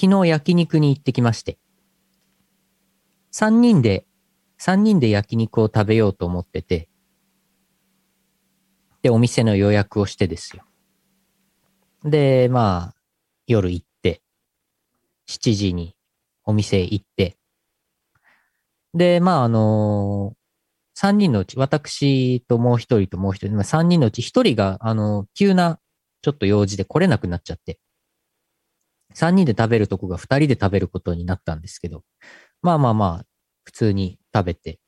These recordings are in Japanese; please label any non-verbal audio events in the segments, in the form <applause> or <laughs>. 昨日焼肉に行ってきまして。3人で、三人で焼肉を食べようと思ってて、で、お店の予約をしてですよ。で、まあ、夜行って、7時にお店行って、で、まあ、あの3人のうち、私ともう1人ともう1人、3人のうち1人が、あの急なちょっと用事で来れなくなっちゃって、3人で食べるとこが2人で食べることになったんですけど、まあまあまあ、普通に食べて、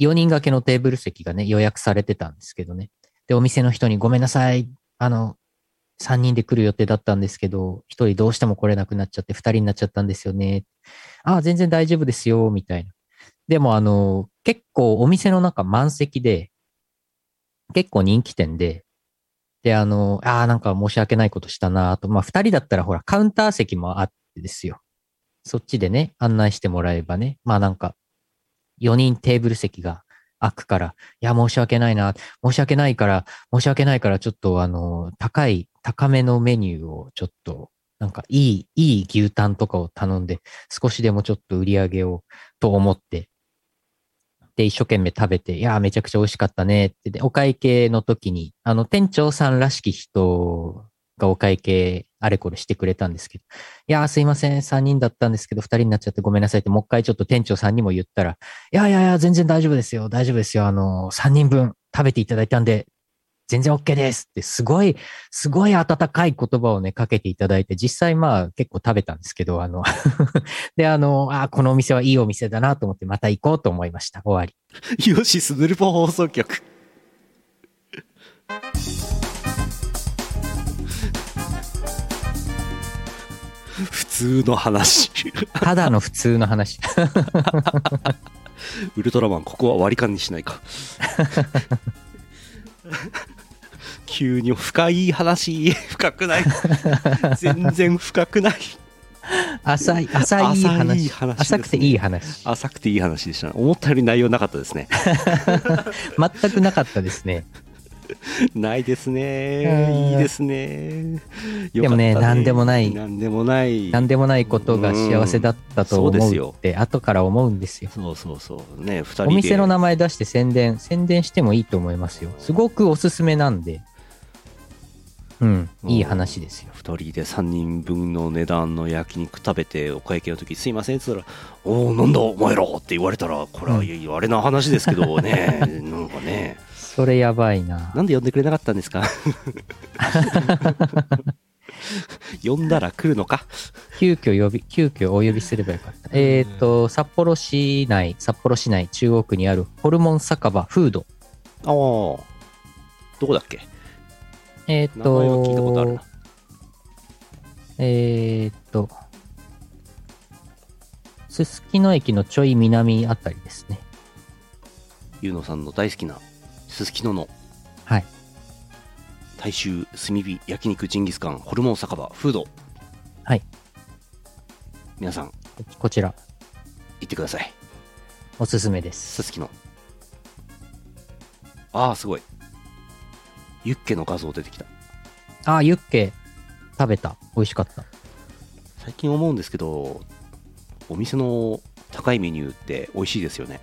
4人掛けのテーブル席がね、予約されてたんですけどね。で、お店の人にごめんなさい、あの、3人で来る予定だったんですけど、1人どうしても来れなくなっちゃって、2人になっちゃったんですよね。ああ、全然大丈夫ですよ、みたいな。でも、あの、結構お店の中満席で、結構人気店で、で、あの、ああ、なんか申し訳ないことしたなあと、まあ、二人だったらほら、カウンター席もあってですよ。そっちでね、案内してもらえばね、まあなんか、4人テーブル席が開くから、いや、申し訳ないな、申し訳ないから、申し訳ないから、ちょっとあの、高い、高めのメニューをちょっと、なんかいい、いい牛タンとかを頼んで、少しでもちょっと売り上げを、と思って、で、一生懸命食べて、いやー、めちゃくちゃ美味しかったねって、で、お会計の時に、あの、店長さんらしき人がお会計、あれこれしてくれたんですけど、いやー、すいません、3人だったんですけど、2人になっちゃってごめんなさいって、もう一回ちょっと店長さんにも言ったら、いやいやいや、全然大丈夫ですよ、大丈夫ですよ、あのー、3人分食べていただいたんで、全然 OK ですって、すごい、すごい温かい言葉をね、かけていただいて、実際まあ結構食べたんですけど、あの、で、あの、あーこのお店はいいお店だなと思って、また行こうと思いました。終わり。 <laughs> イオシスヌルポ放送局 <laughs> 普通の話 <laughs> ただの普通の話。ウルトラマンここは割り勘にしないか <laughs> 急に深い話深 <laughs> くない全然深くない浅い、浅い浅い話。話ですね浅くていい話。浅くていい話でしたね思ったより内容なかったですね全くなかったですね。ないですうんねいいですねでよかったもねなんでもないなんでもない何でもないことが幸せだったとうんそうです思うよって、後から思うんですよ。そうそうそうね二人おで店の名前出して宣伝、宣伝してもいいと思いますよ。すごくおすすめなんで。うん、いい話ですよ。 2人で3人分の値段の焼肉食べてお会計の時すいません」っつったら「おおなんだお前ら」って言われたらこれはうんいやあれな話ですけど <laughs> ねなんかねそれやばいな。なんで呼んでくれなかったんですか <laughs> 呼んだら来るのか急遽呼び、急遽お呼びすればよかった。えっ、と、札幌市内、札幌市内中央区にあるホルモン酒場フード。ああどこだっけえっ、名前は聞いたことあるとな、えーっと、すすきの駅のちょい南あたりですね。ゆうのさんの大好きなすすきののはい。大衆炭火焼肉ジンギスカンホルモン酒場フードはい皆さんここちら、行ってくださいおすすめです。すすきのああすごいユッケの画像出てきたあー、ユッケ食べた。美味しかった。最近思うんですけどお店の高いメニューって美味しいですよね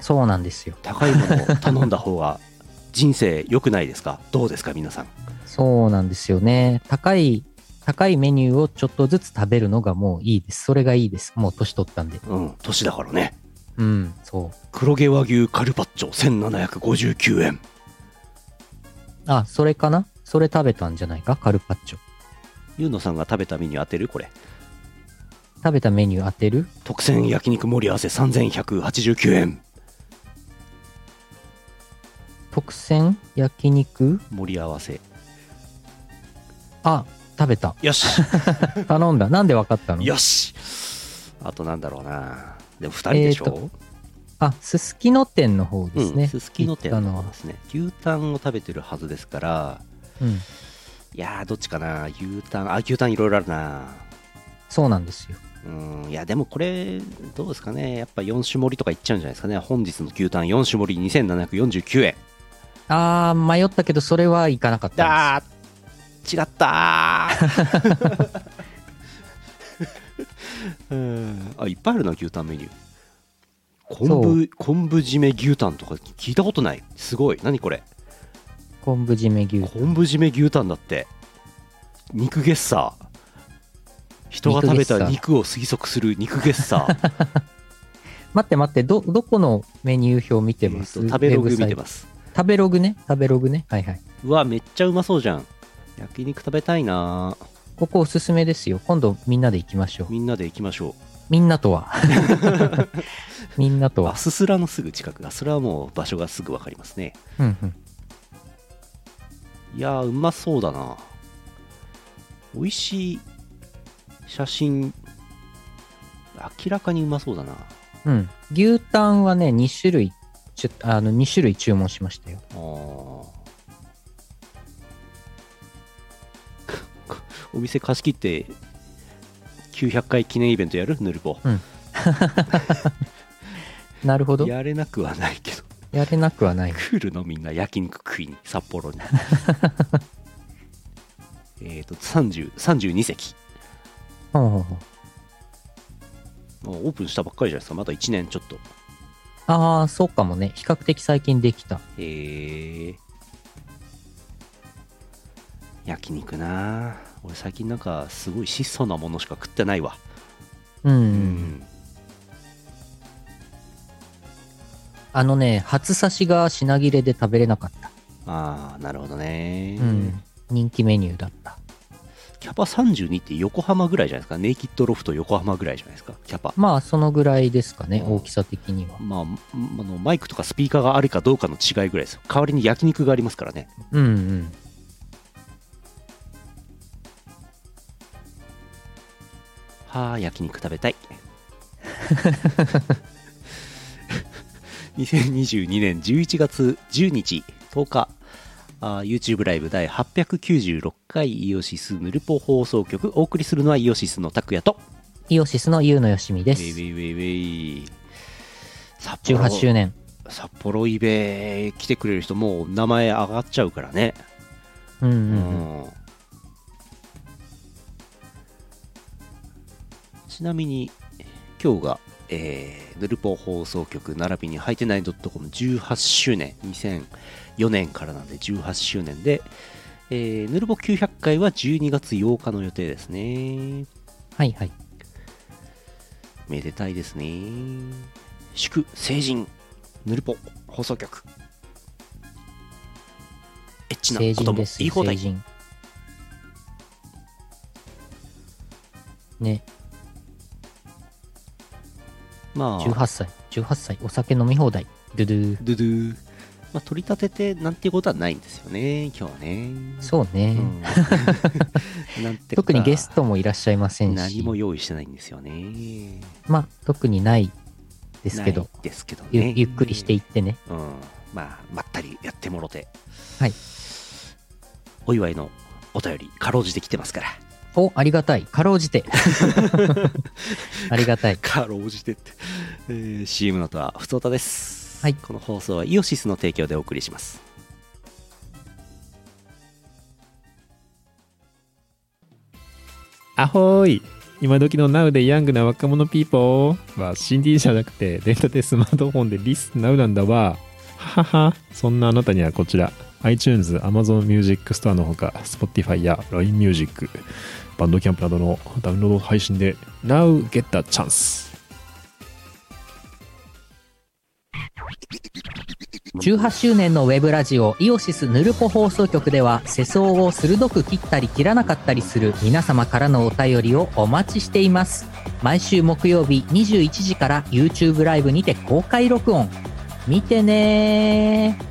そうなんですよ。高いものを頼んだ方が人生良くないですかどうですか皆さんそうなんですよね。高い、高いメニューをちょっとずつ食べるのがもういいです。それがいいです。もう年取ったんで。うん年だからねうん、そう。黒毛和牛カルパッチョ1759円あ、それかなそれ食べたんじゃないかカルパッチョ。ゆうのさんが食べたメニュー当てるこれ食べたメニュー当てる特選焼肉盛り合わせ3189円特選焼肉盛り合わせあ、食べた。よし <laughs> 頼んだ。なんでわかったのよしあとなんだろうなでも2人でしえーょ、あ、すすきの店の方ですうね。んすすきの店行ったのはで。すね牛タンを食べてるはずですからうん。いやーどっちかな牛タンあ牛タンいろいろあるなそうなんですよ。うんいやでもこれどうですかねやっぱ4種盛りとかいっちゃうんじゃないですかね本日の牛タン4種盛り2749円あー、迷ったけど、それはいかなかったんあー違ったーあいっぱいあるな牛タンメニュー昆布昆布締め牛タンとか聞いたことないすごい何これ昆布締め牛タン昆布締め牛タンだって肉ゲッサー人が食べた肉を推測する肉ゲッサー待って待って、ど、どこのメニュー表見てえまーす、と食べログ見てす。ます食べログね、食べログね。はいはい。うわめっちゃうまそうじゃん焼肉食べたいなここおすすめですよ。今度みんなで行きましょう。みんなで行きましょみんなと <laughs> は。みんなとうはあ。すすらのすぐ近くあそれはもう場所がすぐ分かりますねうんうん。いやーうまそうだな美味しい写真明らかにうまそうだなうん。牛タンはね、2種類、ちょあの、2種類注文しましたよ。あー <laughs> お店貸し切って900回記念イベントやるぬるぼなるほど。ややれなくはないけど <laughs> れなくはない。クールのみんな焼肉食いに札幌 <laughs> にえっと30 32席ほうほうほうあオープンしたばっかりじゃないですかまだ1年ちょっとああ、そうかもね。比較的最近できた。へえ焼肉なあ俺最近なんかすごい質素なものしか食ってないわうん。うんあのね、初刺しが品切れで食べれなかった。ああなるほどね、うん。人気メニューだった。キャパ32って横浜ぐらいじゃないですかネイキッドロフト横浜ぐらいじゃないですかキャパまあ、そのぐらいですかね。うん大きさ的には。まあ、んあのマイクとかスピーカーがあるかどうかの違いぐらいですよ代わりに焼肉がありますからねうんうん。はあ焼肉食べたい <laughs> 2022年11月10日10日あー YouTube ライブ第896回イオシスヌルポ放送局お送りするのはイオシスの拓也とイオシスのユウのよしみウでェす。イウェイウェイウェイ札18周幌年。札幌イベ来てくれる人もう名前上がっちゃうからねうんうんううん。んちなみに今日が、えー、ヌルポ放送局並びにハイテナイドットコム18周年2004年からなんで18周年で、えー、ヌルポ900回は12月8日の予定ですねはいはい。めでたいですね祝成人ヌルポ放送局エッチな成こと人もです。言い放成題人。ね、まあ18歳。18歳。お酒飲み放題。ドゥドゥ。ドゥドゥまあ、取り立ててなんていうことはないんですよね、今日はね。そううね。 <laughs> んなんてこと特はにゲストもいらっしゃいません何し。も用意してないんですよね。まあ、特にないですけどな。いですけどゆね。ゆっくりしていってね。うん。まあ、まったりやってもろて。はい。お祝いのお便り、かろうじて来てますから。お、ありがたい。かろうじ <laughs> て。ありがたい。かろうじてって。えー CM の後は、ふつおたです。はいこの放送はイオシスの提供でお送りします。アホーい今時の Now でヤングな若者ピーポーは CD じゃなくてレンタでスマートフォンでリス Now なんだわはははそんなあなたにはこちら iTunes、Amazon Music Store のほか Spotify や LINE Music バンドキャンプなどのダウンロード配信で Now get the chance 18周年のウェブラジオイオシスヌルポ放送局では世相を鋭く切ったり切らなかったりする皆様からのお便りをお待ちしています毎週木曜日21時から YouTube ライブにて公開録音見てねー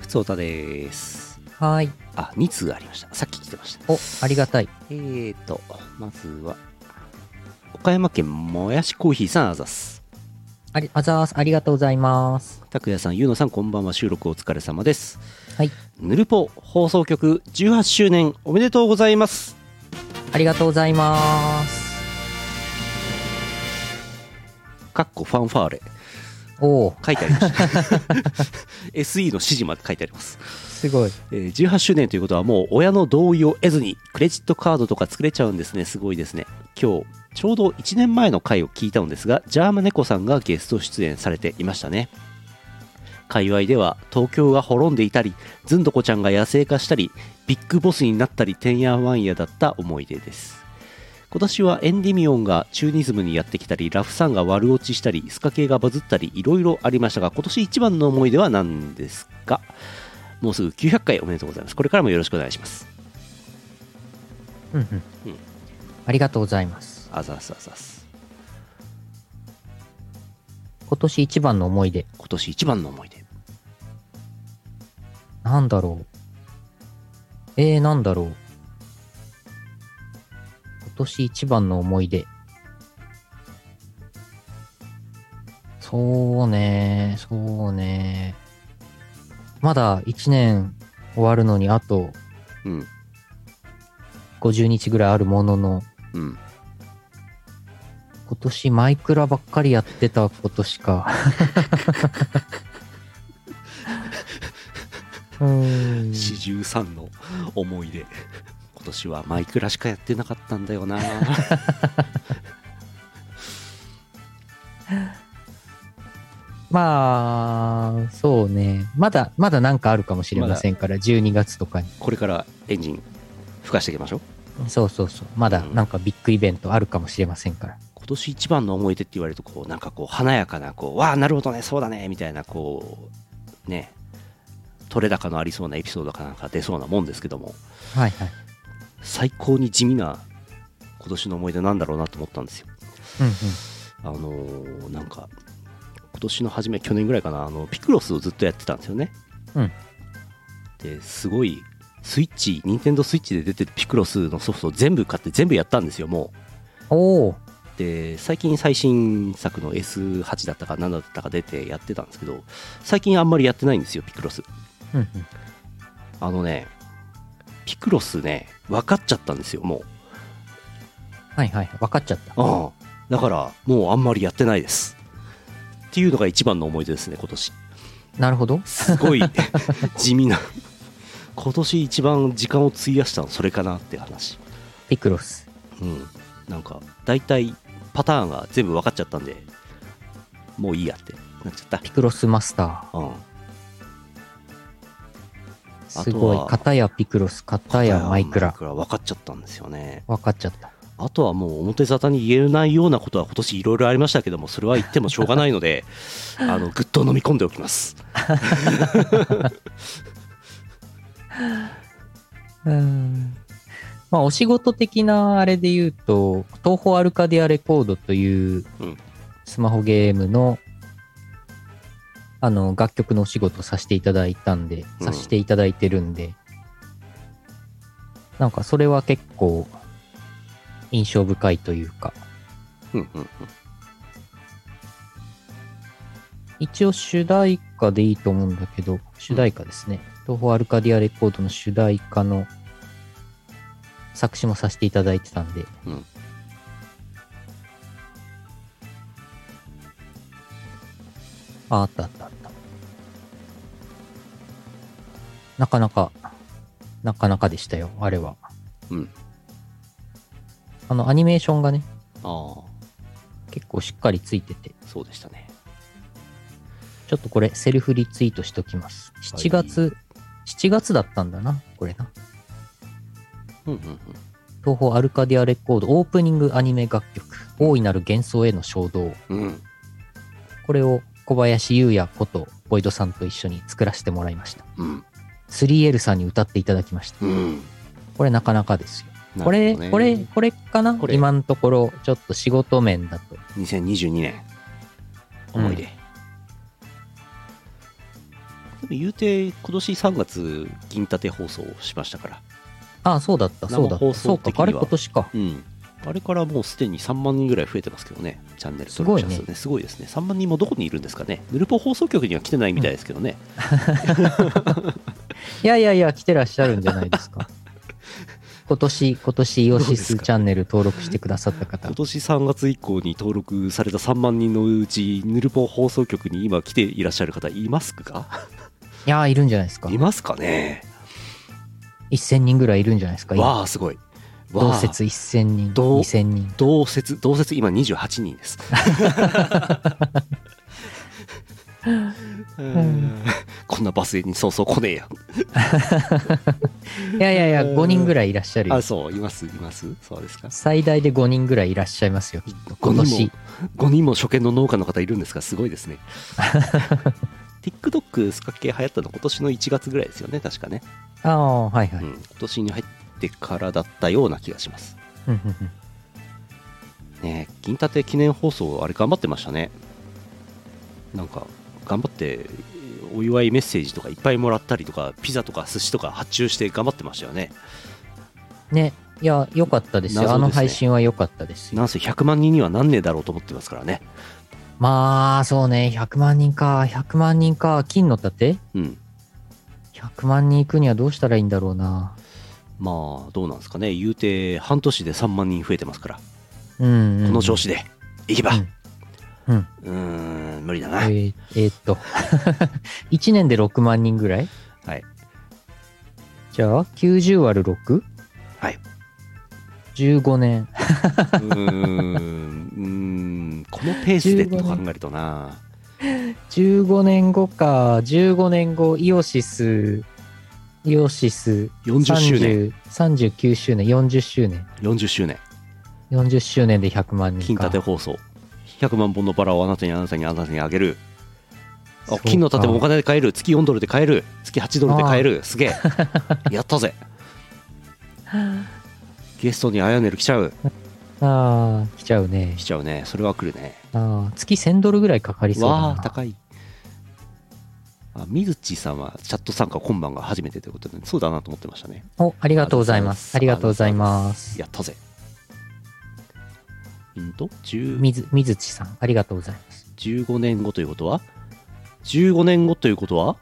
ふつおたです。はいあ、2通ありました。さっき来てました。おありがたいえーと、まずは、岡山県もやしコーヒーさんあざっす。ありあざーすありがとうございます拓也さん、ゆうのさん、こんばんは。収録お疲れ様です。はい。ぬるぽ放送局18周年おめでとうございます。ありがとうございますかっこファンファーレおお、書いてありました <laughs> SE の指示まで書いてありますすごい。えー18周年ということはもう親の同意を得ずにクレジットカードとか作れちゃうんですねすごいですね今日ちょうど1年前の回を聞いたのですがジャーム猫さんがゲスト出演されていましたね界隈では東京が滅んでいたりずんどこちゃんが野生化したりビッグボスになったりてんやわんやだった思い出です今年はエンディミオンがチューニズムにやってきたりラフさんが悪落ちしたりスカ系がバズったりいろいろありましたが今年一番の思い出は何ですかもうすぐ900回おめでとうございます。これからもよろしくお願いします。うんうんうん。ありがとうございます。あざすあざす。今年一番の思い出。今年一番の思い出。なんだろう。えー、なんだろう。今年一番の思い出。そうね、そうね。まだ一年終わるのにあとうん。 50日ぐらいあるものの、うん。今年マイクラばっかりやってたことしか。 <laughs> うーん四十三の思い出。今年はマイクラしかやってなかったんだよ <laughs> な。まあ、そうね。まだ、まだなんかあるかもしれませんから、12月とかに。これからエンジン、吹かしていきましょう。そうそうそう。まだなんかビッグイベントあるかもしれませんから。今年一番の思い出って言われると、こう、なんかこう、華やかな、こう、わあ、なるほどね、そうだね、みたいな、こう、ね、取れ高のありそうなエピソードかなんか出そうなもんですけども、はいはい。最高に地味な今年の思い出なんだろうなと思ったんですよ。うんうん。あのーなんか今年の初め去年ぐらいかなあのピクロスをずっとやってたんですよね、うんですごいスイッチ任天堂スイッチで出てるピクロスのソフトを全部買って全部やったんですよもおお。うで最近最新作の S8 だったか何だったか出てやってたんですけど最近あんまりやってないんですよピクロスうんうん。あのねピクロスね分かっちゃったんですよもはいはい。分かっちゃった。う、うん、だからもうあんまりやってないですっていうのが一番の思い出ですね今年なるほど。すごい <laughs> 地味な今年一番時間を費やしたのそれかなって話ピクロス。うんなんか大体パターンが全部分かっちゃったんでもういいやってなっちゃったピクロスマスタうんー。すごあとい。は片やピクロス、片やマイクラ。分かっちゃったんですよね分かっちゃった。あとはもう表沙汰に言えないようなことは今年いろいろありましたけどもそれは言ってもしょうがない <laughs> のであのぐっと飲み込んでおきますうーんまあ、お仕事的なあれで言うと、東宝アルカディアレコードといううんスマホゲームの、あの、楽曲のお仕事をさせていただいたんで、うんさせていただいてるんで、なんかそれは結構印象深いというか、うんうん一応主題歌でいいと思うんだけど、主題歌ですね。東宝アルカディアレコードの主題歌の作詞もさせていただいてたんで、うんああったあったあった。なかなか、なかなかでしたよ、あれは。うんあの、アニメーションがね、ああ結構しっかりついてて、そうでしたねちょっとこれセルフリツイートしときます。7月、7月だったんだな、これな。うんうんうん東宝アルカディアレコードオープニングアニメ楽曲、大いなる幻想への衝動。うん、これを小林優也ことボイドさんと一緒に作らせてもらいました。うん、 3L さんに歌っていただきました。うん。これなかなかですよ。こなるれ、ほどねこれ、これかなこれ今のところ、ちょっと仕事面だと。 2022年思い出、でも言うて今年3月銀盾放送をしましたからああ、そうだった、そうだ生った。放そ送うか的、あにはれ今年か。うんあれからもうすでに3万人ぐらい増えてますけどねチャンネル登録者数ねすごいですね3万人もどこにいるんですかねヌルポ放送局には来てないみたいですけどね、 <laughs> いやいやいや、来てらっしゃるんじゃないですか。今年、今年イオシどうですスかチャンネル登録してくださった方今、年3月以降に登録された3万人のうちヌルポ放送局に今来ていらっしゃる方いますかいやー、いるんじゃないですかい。ますかね1000人ぐらいいるんじゃないですか。今わあすごいわ同あ説1000人、どう2000人。同説同説今28人です <laughs> うーんこんなバスにそうそう来ねえやいやいやいや、うん5人ぐらいいらっしゃるよあ。そういますいますそうですか最大で5人ぐらいいらっしゃいますよ。今年。 5人も初見の農家の方いるんですがすごいです <laughs> ね TikTok スカ系流行ったの今年の1月ぐらいですよね確かね、ああ、はいはい。う、うんん今年に入ってからだったような気がしますうんうんねえ銀盾記念放送あれ頑張ってましたねなんか頑張ってお祝いメッセージとかいっぱいもらったりとかピザとか寿司とか発注して頑張ってましたよねね、いや、良かったですよ。謎ですあねの配信は良かったですよ。なんせ100万人にはなんねえだろうと思ってますからねまあ、そうね、100万人か、100万人か、金の盾うん ?100 万人行くにはどうしたらいいんだろうな。まあどうなんですかね言うて半年で3万人増えてますからうん、うん。この調子で行けば、うんうんうーん無理だえな、ー、えーっと、1年で6万人ぐらいはい。じゃあ、90割る 6? はい。 15年。うーんうーんこのペースでと考える <laughs> とな15年後か、15年後、イオシス、イオシス、 40周年30 39周年、40周年。 40周年40周年で100万人金か。盾放送100万本のバラをあなたにあなたにあなたにあげるそうあか金の盾もお金で買える月4ドルで買える月8ドルで買える <laughs> すげえやったぜゲストにあやねる来ちゃうああ、来ちゃうね来。ちゃうねそれは来るねああ、月1000ドルぐらいかかりそうだな。わあ高いあ水地さんはチャット参加今晩が初めてということでそうだなと思ってましたねお、ありがとうございます。ありがとうございます。やったぜうんと10水、水地さん、ありがとうございます。 15年後ということは15年後ということは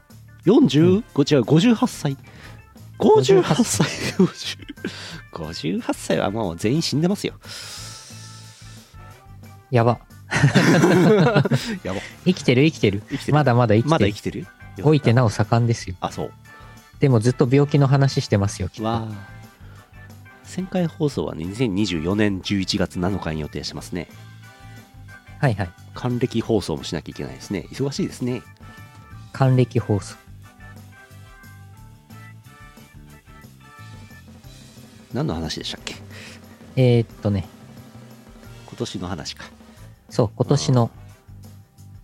40?、こちら58歳58歳50 58歳はもう全員死んでますよやば。やば生きてる生きてる。生きてるまだまだ生きまてだる生。きてる老いてなお盛んですよ。あそうでもずっと病気の話してますよ、きっと。わあ旋回放送はね2024年11月7日に予定してますねはいはい。還暦放送もしなきゃいけないですね忙しいですね還暦放送。何の話でしたっけえー、っとね、今年の話かそう、今年の、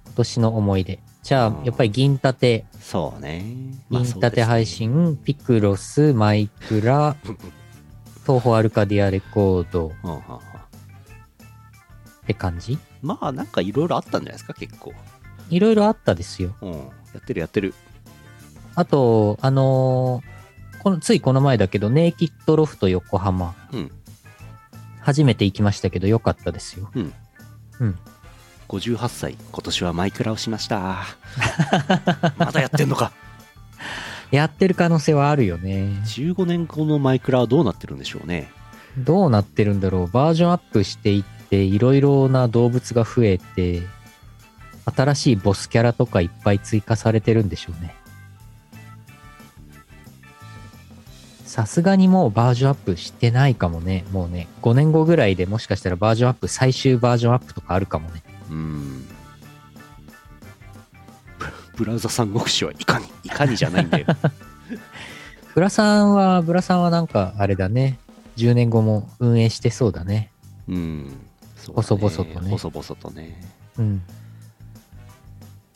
今年の思い出。じゃあう、んやっぱり銀盾、そうねまあ銀盾配信、ピクロス、マイクラ、 <laughs> そうですね東宝アルカディアレコードうんうんうんって感じまあなんかいろいろあったんじゃないですか結構いろいろあったですよ。うんやってるやってるあと、あのーこのついこの前だけど、ネイキッドロフト横浜。うん初めて行きましたけど、良かったですよ。 58歳今年はマイクラをしました <laughs> まだやってんのかやってる可能性はあるよね。 15年後のマイクラはどうなってるんでしょうねどうなってるんだろう。バージョンアップしていって、いろいろな動物が増えて、新しいボスキャラとかいっぱい追加されてるんでしょうね。さすがにもうバージョンアップしてないかもね。もうね、5年後ぐらいでもしかしたらバージョンアップ、最終バージョンアップとかあるかもね。うーんブブラウザ三国志はいかにいかにじゃないんだよ <laughs> ブラさんは、ブラさんはなんかあれだね。10年後も運営してそうだね。うんそうだ細々とね細々とねうん。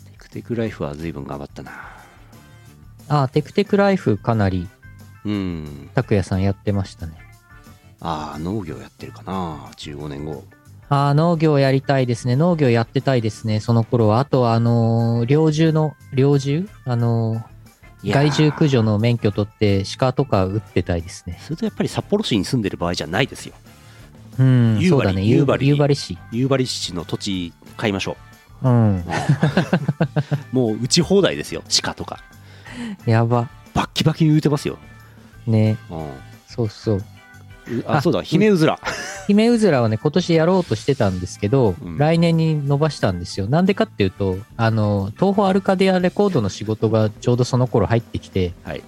テクテクライフは随分頑張ったなあ、テクテクライフかなり、うん拓也さんやってましたね。ああ農業やってるかな15年後ああ、農業やりたいですね。農業やってたいですね、その頃は。あとは、あのー猟銃の、猟銃あのーいやー害獣駆除の免許取って、鹿とか撃ってたいですね。それとやっぱり札幌市に住んでる場合じゃないですようん、夕張そうだね。夕張夕張市。夕張市の土地買いましょうんう。もう打ち放題ですよ鹿とかやば。バッキバキに打てますよ、ね。うん、そうそう。うあ、そうだ、姫うずら。姫うずらはね、今年やろうとしてたんですけど、うん来年に伸ばしたんですよ。なんでかっていうと、あの、東宝アルカディアレコードの仕事がちょうどその頃入ってきて、はい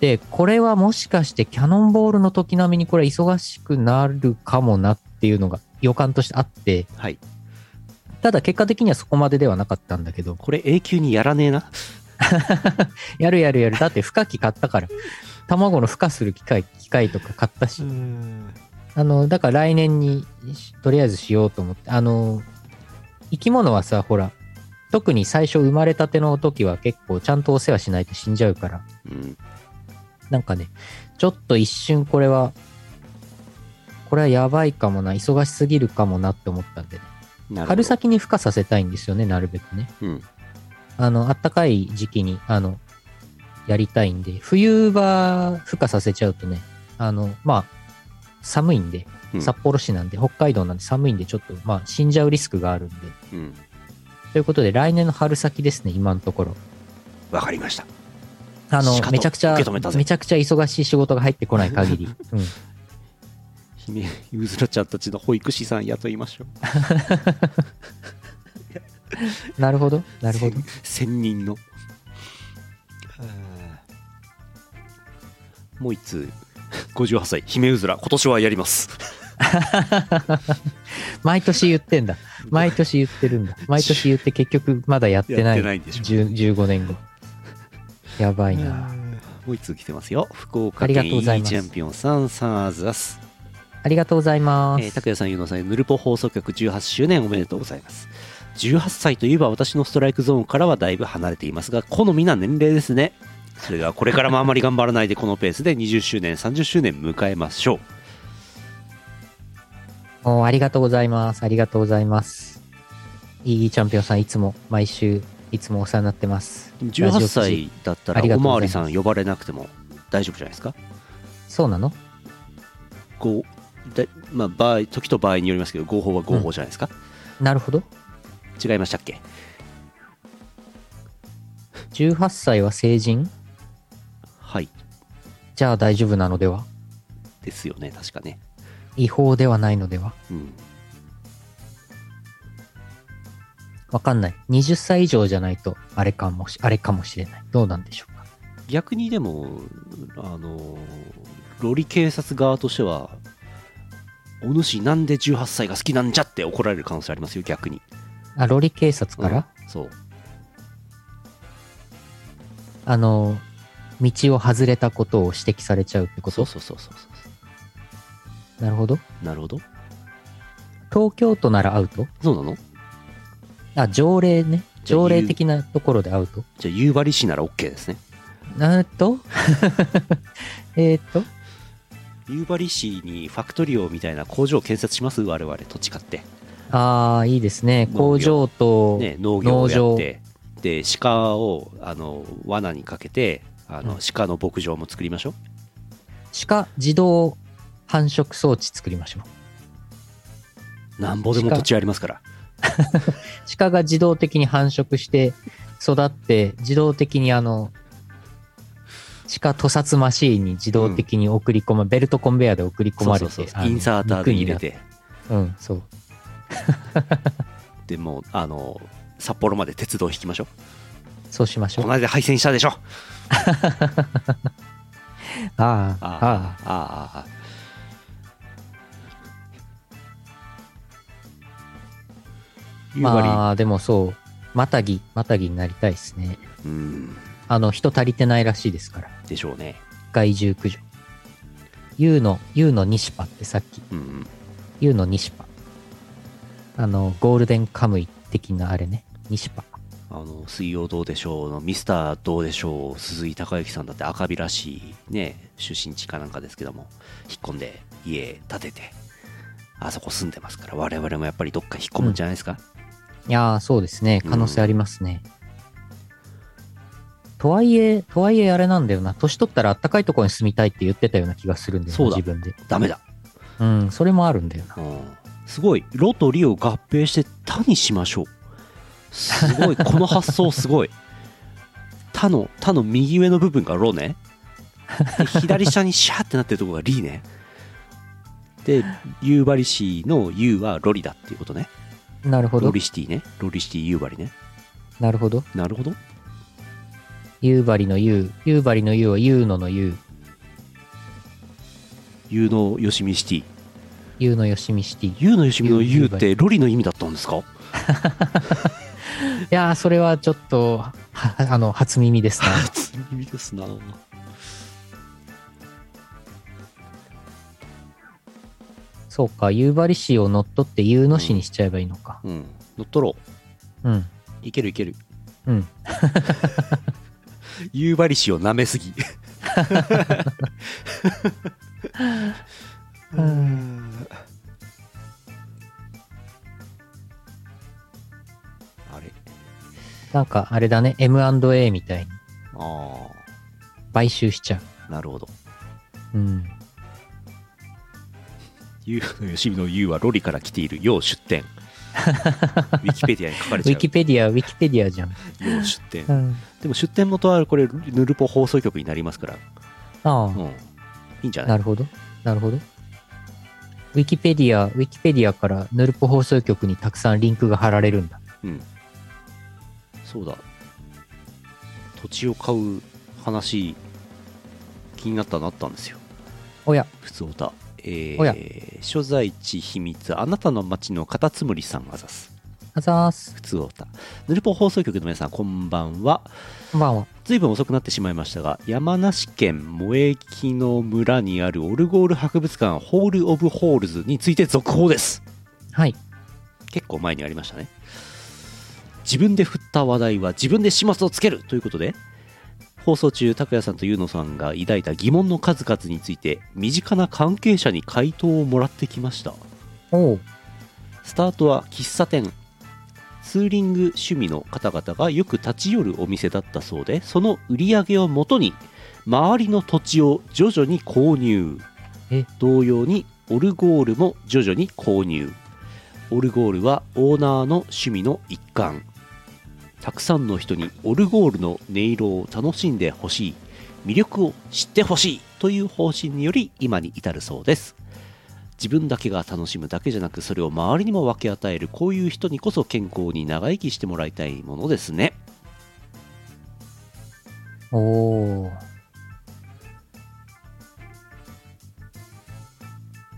で、これはもしかしてキャノンボールの時並みにこれ忙しくなるかもなっていうのが予感としてあって、はい。ただ結果的にはそこまでではなかったんだけど、これ永久にやらねえな。やるやるやる。だって孵化器買ったから、卵の孵化する機械、機械とか買ったし、あの、だから来年にしとりあえずしようと思って、あの、生き物はさ、ほら、特に最初生まれたての時は結構ちゃんとお世話しないと死んじゃうから、うん。なんかね、ちょっと一瞬これは、これはやばいかもな、忙しすぎるかもなって思ったんで、ね、なるほど春。先に孵化させたいんですよね、なるべくね。うん。あの、暖かい時期に、あの、やりたいんで、冬場、孵化させちゃうとね、あの、まあ、寒いんでう、ん札幌市なんで、北海道なんで寒いんで、ちょっと、まあ、死んじゃうリスクがあるんで。うん。ということで、来年の春先ですね、今のところ。わかりました。あのしか、とめちゃくちゃ、受け止めたぜめちゃくちゃ忙しい仕事が入ってこない限 <laughs> り。うん。姫うずらちゃんたちの保育士さん雇いましょう。なるほど、なるほど。せん。専人の。もう一通。58歳、姫うずら、今年はやります。毎年言ってん <laughs> だ。毎年言ってるんだ。毎年言って、結局、まだやってやなってい。ないんでしょ10 15年後。やばいな。もう一通来てますよ。福岡ありがと県ういごいチざいますャンピオンさん、さんあずあす。ありがとうございまえーす。拓也さん、ゆうのさん、ヌルポ放送局18周年おめでとうございます。18歳といえば私のストライクゾーンからはだいぶ離れていますが、好みな年齢ですね。それではこれからもあまり頑張らないでこのペースで20周年、30周年迎えましょう。おーありがとうございます。ありがとうございます。いいチャンピオンさん、いつも、毎週、いつもお世話になってます。ラジ18オ記事歳だったらありがおとうまわございりますさん呼ばれなくても大丈夫じゃないですかそうなのこうだまあ、場合時と場合によりますけど合法は合法じゃないですか、なるほど。違いましたっけ18歳は成人はいじゃあ大丈夫なのではですよね確かね違法ではないのではうんわかんない。20歳以上じゃないと、あれかもし、あれかもしれない。どうなんでしょうか。逆にでもあのロリ警察側としてはお主なんで18歳が好きなんじゃって怒られる可能性ありますよ逆にあ、ロリ警察から、うんそうあの、道を外れたことを指摘されちゃうってこそとうそうそうそうそうなるほど。なるほど東京都ならアウトそうなのあ、条例ね。じゃあ条例言う的なところでアウトじゃあ夕張市なら OK ですねなーっと <laughs> えーっと夕張市にファクトリオみたいな工場を建設します我々土地買って、ああいいですね農工業場と、ね、農業をやってで鹿をあの罠にかけてあうの、ん鹿の牧場も作りましょう鹿自動繁殖装置作りましょうなんぼでも土地ありますから鹿が自動的に繁殖して育って自動的にあの鹿屠殺マシーンに自動的に送り込ま、ベルトコンベヤーで送り込まれてそうそうそうあのインサーターで入れ肉にてなうんそうでもうあの札幌まで鉄道引きましょそうしましうょこうの間廃線したでしょああああああああ夕張、まあでもそうマタギマタギになりたいですねうんあの人足りてないらしいですからでしょうね害獣駆除。U の、U のニシパってさっき、うん U のニシパ。あの、ゴールデンカムイ的なあれね、ニシパ。あの水曜どうでしょうのミスターどうでしょう鈴井孝之さんだって赤びらしいね出身地かなんかですけども引っ込んで家建ててあそこ住んでますから我々もやっぱりどっか引っ込むんじゃないですか、いやー、そうですね。可能性ありますね。とはいえ、とはいえあれなんだよな。年取ったらあったかいところに住みたいって言ってたような気がするんだよなそうだ自分で。ダメだ、うん、それもあるんだよな。うん、すごいロとリを合併して他にしましょうすご <laughs> いこの発想すごい他の他の右上の部分がロねで左下にシャーってなってるところがリねで夕張市の夕はロリだっていうことねなるほロどリ。シティねロリシティ夕張ねなるほど。なるほど夕張の夕。夕張の夕は夕野の夕。夕のよしみシティ夕野よしみシティ。い夕のよしみの夕ってロリの意味だったんですかやー、それはちょっと、はあの、初耳ですな。意味ですなそうか、夕張市を乗っ取って夕野市にしちゃえばいいのか。うん乗っ取ろううん。いけるいけるうん。 <laughs> 夕張市を舐めすぎうあれなんか、あれだね、M&A みたいにあ買収しちゃあなるほどう。うん。ゆうよしみのゆうはロリから来ている要出 <laughs> 店ウィキペディアに書かウれちィゃキペディア、ウィキペディアじゃん。う要出店うん。でも出店元はこれヌルポ放送局になりますから、あうん、いいんじゃあ、なないるほど。なるほど。ウィキペディア、ウィキペディアからヌルポ放送局にたくさんリンクが貼られるんだ。そうだ土地を買う話気になったのあったんですよおや、普通おたえおやー、所在地秘密あなたの町のカタツムリさんあざすあざーす。普通おたヌルポ放送局の皆さんこんばんはこんばんは。ずいぶん遅くなってしまいましたが山梨県萌木の村にあるオルゴール博物館ホール・オブ・ホールズについて続報ですはい。結構前にありましたね自分で振った話題は自分で始末をつけるということで放送中拓也さんとゆうのさんが抱いた疑問の数々について身近な関係者に回答をもらってきましたおう。スタートは喫茶店ツーリング趣味の方々がよく立ち寄るお店だったそうでその売り上げをもとに周りの土地を徐々に購入え同様にオルゴールも徐々に購入オルゴールはオーナーの趣味の一環たくさんの人にオルゴールの音色を楽しんでほしい魅力を知ってほしいという方針により今に至るそうです自分だけが楽しむだけじゃなくそれを周りにも分け与えるこういう人にこそ健康に長生きしてもらいたいものですねおー。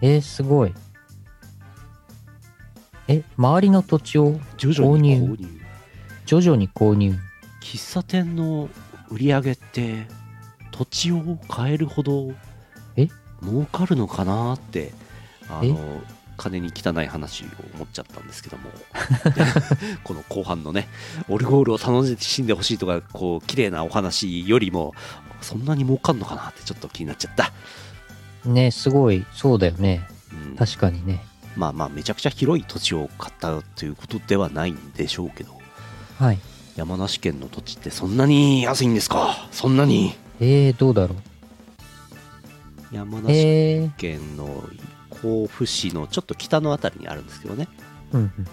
えー、すごい。え、周りの土地を徐々に購入購入徐々に購入。喫茶店の売り上げって土地を買えるほどえ儲かるのかなってあの金に汚い話を思っちゃったんですけど <laughs> もこの後半のねオルゴールを楽しんでほしいとかこう綺麗なお話よりもそんなに儲かるのかなってちょっと気になっちゃった、ね、すごい、そうだよね。うん確かにね。まあまあめちゃくちゃ広い土地を買ったということではないんでしょうけどはい。山梨県の土地ってそんなに安いんですかそんなにえー、どうだろう。山梨えー、県の甲府市のちょっと北の辺りにあるんですけどねうんうん。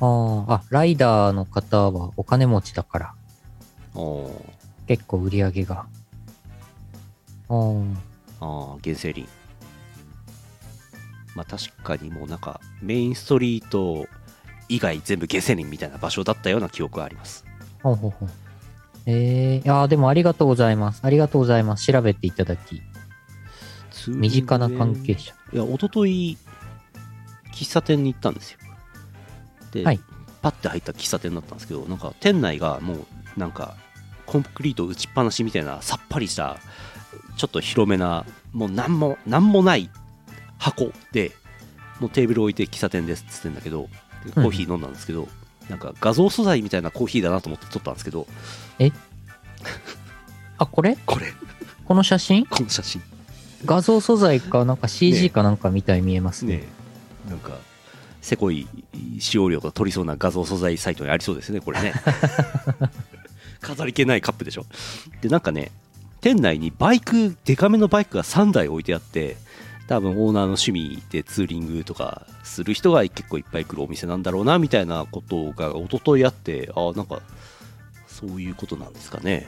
あーあ、ライダーの方はお金持ちだから、おー結構売り上げが。あーああ原生林まあ確かにもうなんかメインストリート以外全部原生林みたいな場所だったような記憶がありますほうほうほう。えー、いやーでもありがとうございます。ありがとうございます。調べていただき、身近な関係者。いや一昨日喫茶店に行ったんですよで、はいパッて入った喫茶店だったんですけどなんか店内がもうなんかコンクリート打ちっぱなしみたいなさっぱりしたちょっと広めなもう何も何もない箱でもうテーブル置いて喫茶店ですっつってんだけどでコうんーヒー飲んだんですけど、なんか画像素材みたいなコーヒーだなと思って撮ったんですけどあ、これこれこの写真この写真画像素材か、なんか CG かなんかみたいに見えますね。ねなんかせこい使用量が取りそうな画像素材サイトにありそうですねこれ <laughs> ね飾り気ないカップでしょでなんかね店内にバイクデカめのバイクが3台置いてあって多分オーナーの趣味でツーリングとかする人が結構いっぱい来るお店なんだろうなみたいなことが一昨日あってああんかそういうことなんですかね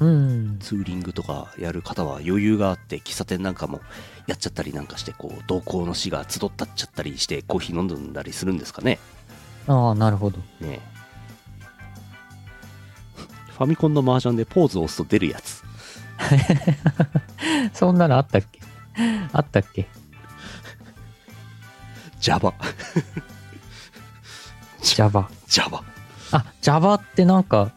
うん。ツーリングとかやる方は余裕があって喫茶店なんかもやっちゃったりなんかしてこう同行の死が集ったっちゃったりしてコーヒー飲んだりするんですかねああ、なるほど。ねえファミコンのマージャンでポーズを押すと出るやつそんなのあったっけあったっけ Java ?Java。 Java あ、Java ってなんか、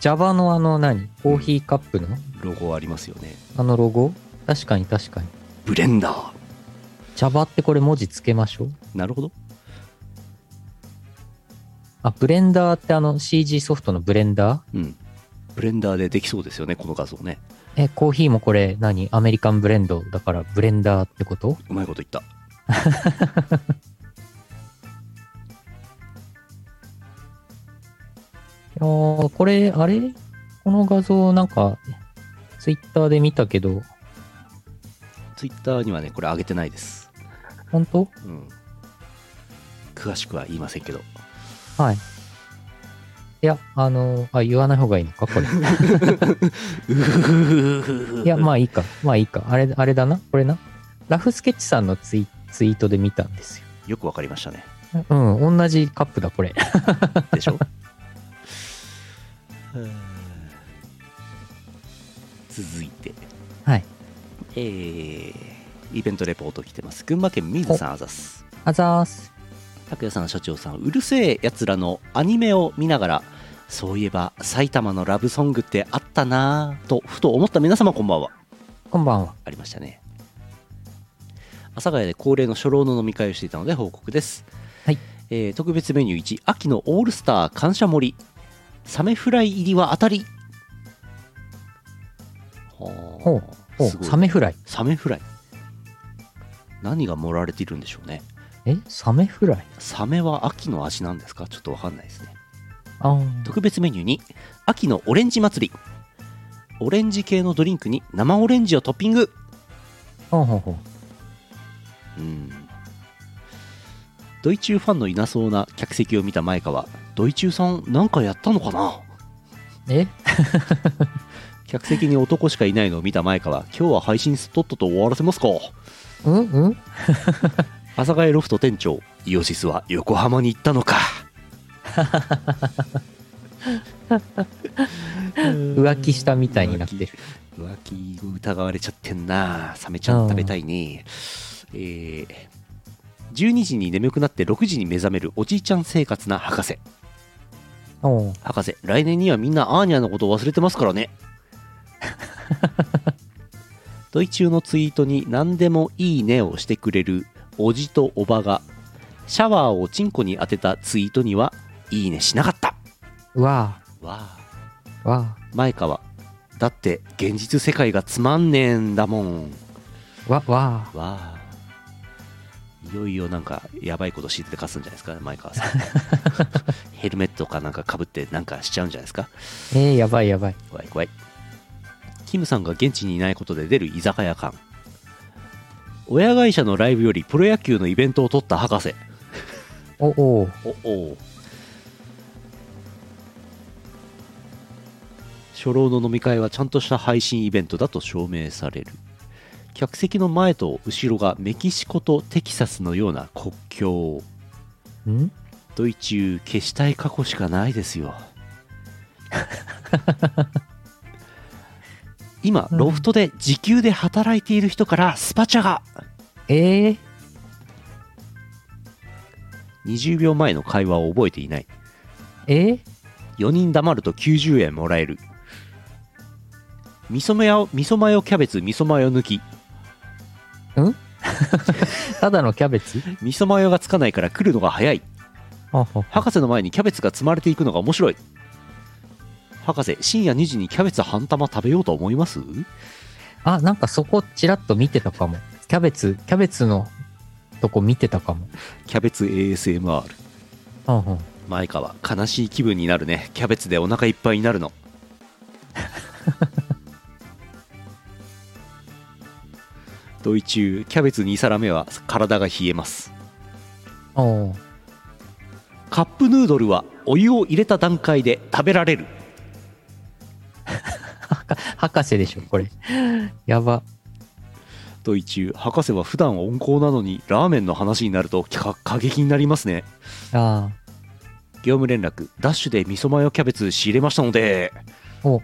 Java のあの何コーヒーカップの、ロゴありますよねあのロゴ確かに確かに。ブレンダー Java ってこれ文字つけましょう。なるほどあ、ブレンダーってあの CG ソフトのブレンダーうんブレンダーでできそうですよねこの画像ねえ、コーヒーもこれ何アメリカンブレンドだからブレンダーってことうまいこと言ったあーこれ、あれこの画像なんか、ツイッターで見たけど、 Twitter にはねこれ上げてないです本当うん詳しくは言いませんけどはい。いや、あの、あ、言わない方がいいのか、 <laughs> これ。いや、まあいいか。まあいいか。あれ、あれだな。これな。ラフスケッチさんのツイツイートで見たんですよくわかりましたねよ。うん、同じカップだ、これ。で <laughs> しょ続いてはいえーイベントレポート来てます群馬県水さんあざすあざーす。拓也さん社長さんうるせえやつらのアニメを見ながらそういえば埼玉のラブソングってあったなぁとふと思った皆様こんばんはこんばんは。ありましたね阿佐ヶ谷で恒例の初老の飲み会をしていたので報告です、はいえー特別メニュー1秋のオールスター感謝盛りサメフライ入りは当たりほはあおすごいサメフライ。サメフライ何が盛られているんでしょうねえサメフライサメは秋の味なんですかちょっとわかんないですねあー特別メニューに秋のオレンジ祭りオレンジ系のドリンクに生オレンジをトッピングほうほうほう。うんドイ中ファンのいなそうな客席を見た前川ドイ中さんなんかやったのかなえ客席に男しかいないのを見た前川今日は配信ストットと終わらせますかうんうん阿佐ヶ谷ロフト店長イオシスは横浜に行ったのか浮浮気したみたいになってる。浮気を疑われちゃってんなサメちゃん食べたいねえー12時に眠くなって6時に目覚めるおじいちゃん生活な博士おう博士来年にはみんなアーニャのことを忘れてますから <laughs> ねドイ中のツイートに何でもいいねをしてくれるおじとおばがシャワーをチンコに当てたツイートにはいいねしなかったうわわあ、あわ前川だって現実世界がつまんねえんだもんあ、わ、わわあいよいよなんかやばいことしててかすんじゃないですか前川さ <laughs> んヘルメットかなんかかぶってなんかしちゃうんじゃないですかあ。えー、やばいやばい。怖い怖いキムさんが現地にいないことで出る居酒屋感親会社のライブよりプロ野球のイベントを取った博士おおうおお初老の飲み会はちゃんとした配信イベントだと証明される客席の前と後ろがメキシコとテキサスのような国境んドイ中消したい過去しかないですよ <laughs> 今うんロフトで時給で働いている人からスパチャがえー、 20秒前の会話を覚えていないえー、 4人黙ると90円もらえる味噌マヨ味噌マヨキャベツ味噌マヨ抜きただのキャベツ味噌マヨがつかないから来るのが早い <laughs> あは博士の前にキャベツが積まれていくのが面白い博士深夜2時にキャベツ半玉食べようと思いますあ、なんかそこちらっと見てたかも。キャベツ、キャベツのとこ見てたかも。キャベツ ASMR うんうん。前川悲しい気分になるねキャベツでお腹いっぱいに <laughs> なるのドイ中キャベツ2皿目は体が冷えますおうカップヌードルはお湯を入れた段階で食べられる博士でしょ、これ。 <laughs> やば。ドイ中博士は普段温厚なのにラーメンの話になるとか過激になりますねあ業務連絡ダッシュで味噌マヨキャベツ仕入れましたのであ。お、い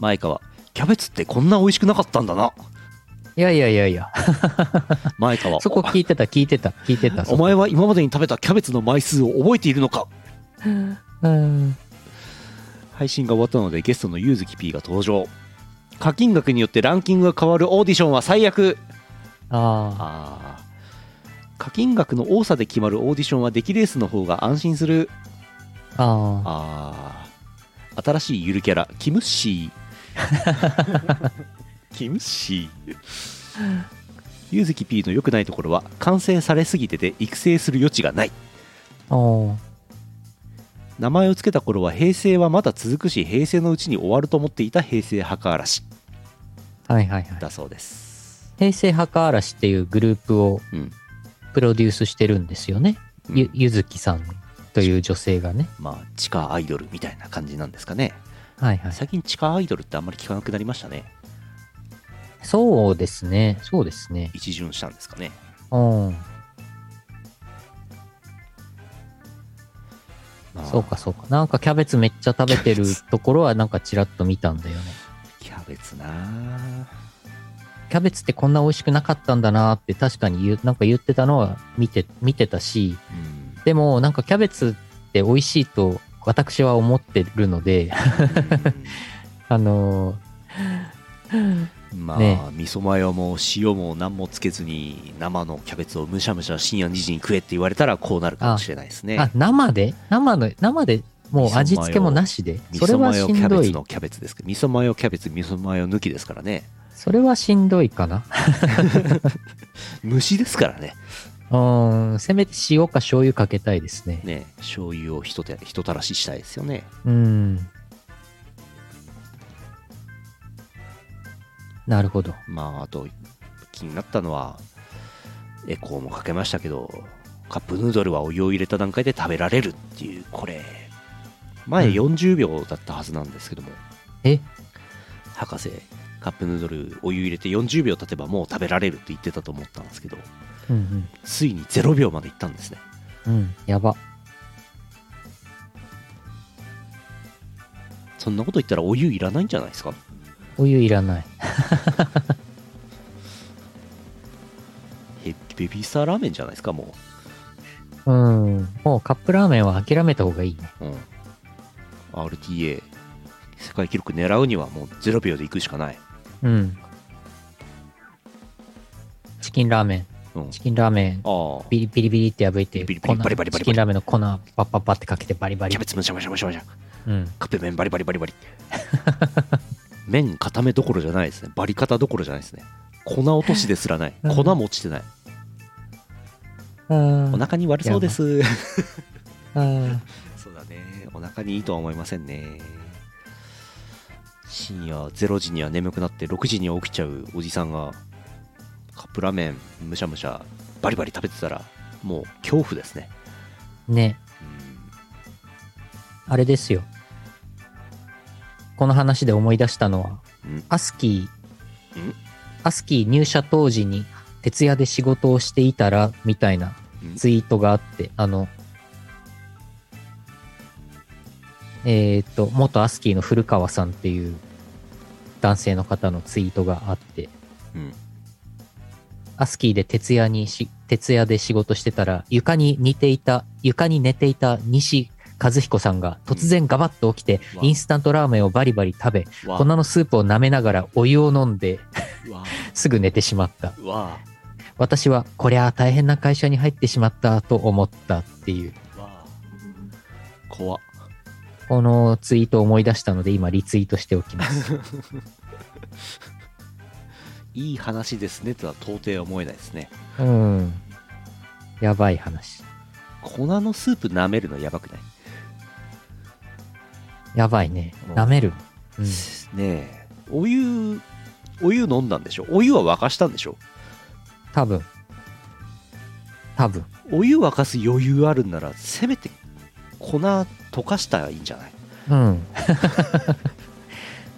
前川キャベツってこんな美味しくなかったんだなやいやいやいや。前 <laughs> 川そこ聞いてた、聞いてた、聞いてた。おお前は今までに食べたキャベツの枚数を覚えているのかうん。配信が終わったのでゲストのゆうずき P が登場課金額によってランキングが変わるオーディションは最悪ああー課金額の多さで決まるオーディションは出来レースの方が安心するあ。ああ。あー新しいゆるキャラキムッ <laughs> シーキムッシーゆうずき P の良くないところは完成されすぎてて育成する余地がないおー名前を付けた頃は平成はまだ続くし平成のうちに終わると思っていた平成墓嵐はいはいはい。だそうです、平成墓嵐っていうグループをうんプロデュースしてるんですよね。うんゆ、ゆずきさんという女性がね。まあ地下アイドルみたいな感じなんですかねはいはい。最近地下アイドルってあんまり聞かなくなりましたねそうですね。そうですね。一巡したんですかねうん。まあそうかそうか。なんかキャベツめっちゃ食べてるところはなんかチラッと見たんだよね。キャベツなあキャベツってこんな美味しくなかったんだなって確かに言うなんか言ってたのは見て、見てたし、 <laughs> うんでもなんかキャベツって美味しいと私は思ってるので、あのまあ、ね味噌マヨも塩も何もつけずに生のキャベツをむしゃむしゃ深夜2時に食えって言われたらこうなるかもしれないですーねあ、生で生の、生でもう味付けもなしで、味それ噌はマヨしキんャどベツい。のキャベツですけど味噌マヨキャベツ味噌マヨ抜きですからねそれはしんどいか <laughs> な。虫ですからねうーん、せめて塩か醤油かけたいですね。ね醤油をひとてひとたらししたいですよねうん。なるほど。まああと気になったのはエコーもかけましたけどカップヌードルはお湯を入れた段階で食べられるっていうこれ前うん40秒だったはずなんですけども、え博士カップヌードルお湯入れて40秒経てばもう食べられるって言ってたと思ったんですけどうんついに0秒までいったんですねうん。うん、やば。そんなこと言ったらお湯いらないんじゃないですかお湯いらない。ヘベビースターラーメンじゃないですかもうん。もうカップラーメンは諦めた方がいいね。う、うん、RTA 世界記録狙うにはもう0秒で行くしかない、うん。チキンラーメン。うん、チキンラーメン。ああビリビリビリって破いて、ビリビ粉リバリバリバリバリチキンラーメンの粉、パッパッパってかけてバリバリキャ。ベツむしゃむしゃむしゃむしゃうん。カップ麺バリバリバリバリ <laughs> 麺固めどころじゃないですねバリ方どころじゃないですね粉落としですらないうん粉も落ちてないうんお腹に悪そうですうんそうだねお腹にいいとは思いませんね深夜0時には眠くなって6時には起きちゃうおじさんがカップラーメンむしゃむしゃバリバリ食べてたらもう恐怖ですねね。あれですよ。この話で思い出したのはん、アスキんー、アスキー入社当時に徹夜で仕事をしていたら、みたいなんツイートがあって、あの、えっ、と、元アスキーの古川さんっていう男性の方のツイートがあって、うんアスキーで徹夜にし、徹夜で仕事してたら、床に似ていた、床に寝ていた西和彦さんが突然ガバッと起きて、うんインスタントラーメンをバリバリ食べ、わ粉のスープを舐めながらお湯を飲んで、わすぐ寝てしまった。わ私は、こりゃあ大変な会社に入ってしまったと思ったっていう、わ怖っこのツイートを思い出したので、今リツイートしておきます。いい話ですねとは到底思えないですねうん。やばい話。粉のスープ舐めるのやばくない、やばいね。うん舐める。うん。ねえお湯お湯飲んだんでしょお湯は沸かしたんでしょ多分。多分。お湯沸かす余裕あるんならせめて粉溶かしたらいいんじゃないうん。 <laughs>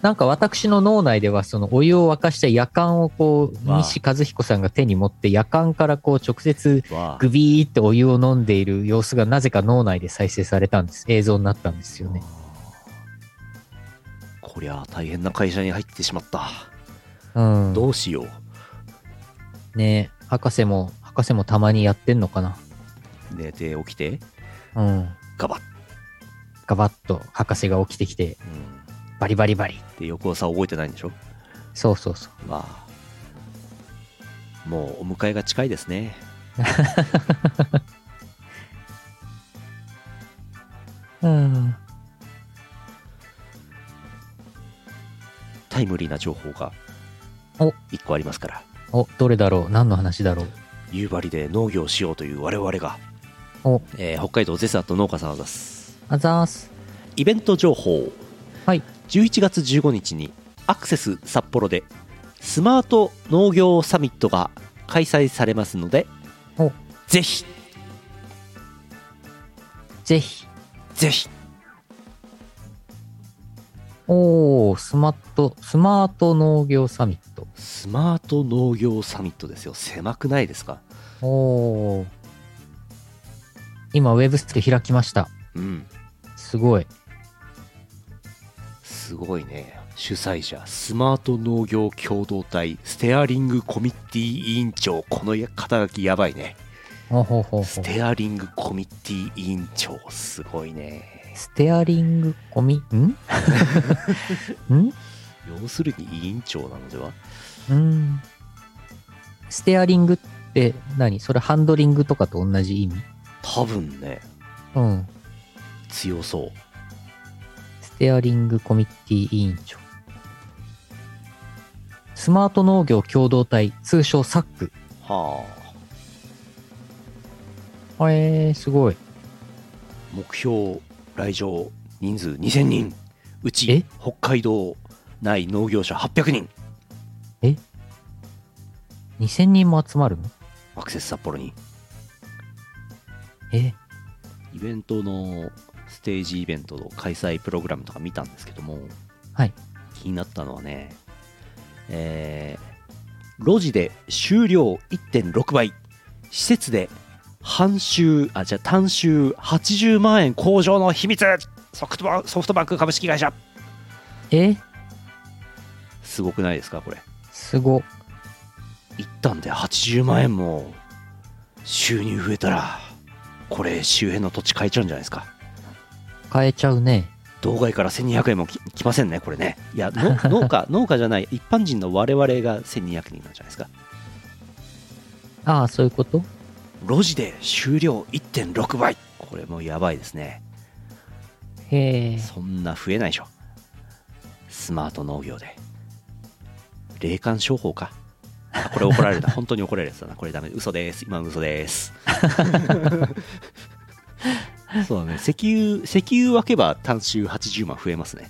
なんか私の脳内では、そのお湯を沸かしたやかんをこう、わあ西和彦さんが手に持って、やかんからこう直接わあグビーってお湯を飲んでいる様子がなぜか脳内で再生されたんです。映像になったんですよね。こりゃあ大変な会社に入ってしまった。うん。どうしよねえ博士も、博士もたまにやってんのかな。う。寝て起きて、うん。ガバッ。ガバッと博士が起きてきて、うん、バリバリバリ。で、翌朝覚えてないんでしょそうそうそう。まあ、もうお迎えが近いですね。うん。タイムリーな情報がお1個ありますから。お、どれだろう何の話だろう夕張で農業をしようという我々が、お、えー北海道ゼスアット農家さんを出す。あざーす。イベント情報。はい。 11月15日にアクセス札幌でスマート農業サミットが開催されますのでおぜひぜひ。ぜひおー、スマット、スマート農業サミット。スマート農業サミットですよ狭くないですかおー。今、ウェブスク開きました。うんすごい。すごいね主催者スマート農業共同体ステアリングコミッティ委員長この肩書きやばいねおほほほ。ステアリングコミッティ委員長すごいねステアリングコミ、ん <laughs> ん要するに委員長なのではうん。ステアリングって何それハンドリングとかと同じ意味多分ねうん。強そうステアリングコミッティ委員長。スマート農業共同体、通称サック。はあえー、すごい。目標来場人数2000人うちえ北海道内農業者800人2000人も集まるのアクセス札幌にえイベントのステージイベントの開催プログラムとか見たんですけどもはい。気になったのはねえー路地で収量1.6倍施設で半収あじゃあ単収80万円向上の秘密ソフトバンソフトバンク株式会社えすごくないですかこれすご。一旦で80万円も収入増えたらこれ周辺の土地買えちゃうんじゃないですか変えちゃうね。道外から1200円もき来ませんねこれねいやの <laughs> 農家農家じゃない一般人の我々が1200人なんじゃないですかああ、そういうこと路地で収量1.6倍これもやばいですねへえ。そんな増えないでしょスマート農業で霊感商法かあこれ怒られる <laughs> な本当に怒られるやつだなこれダメ嘘です今の嘘ですそうだね石油石油沸けば単収80万増えますね、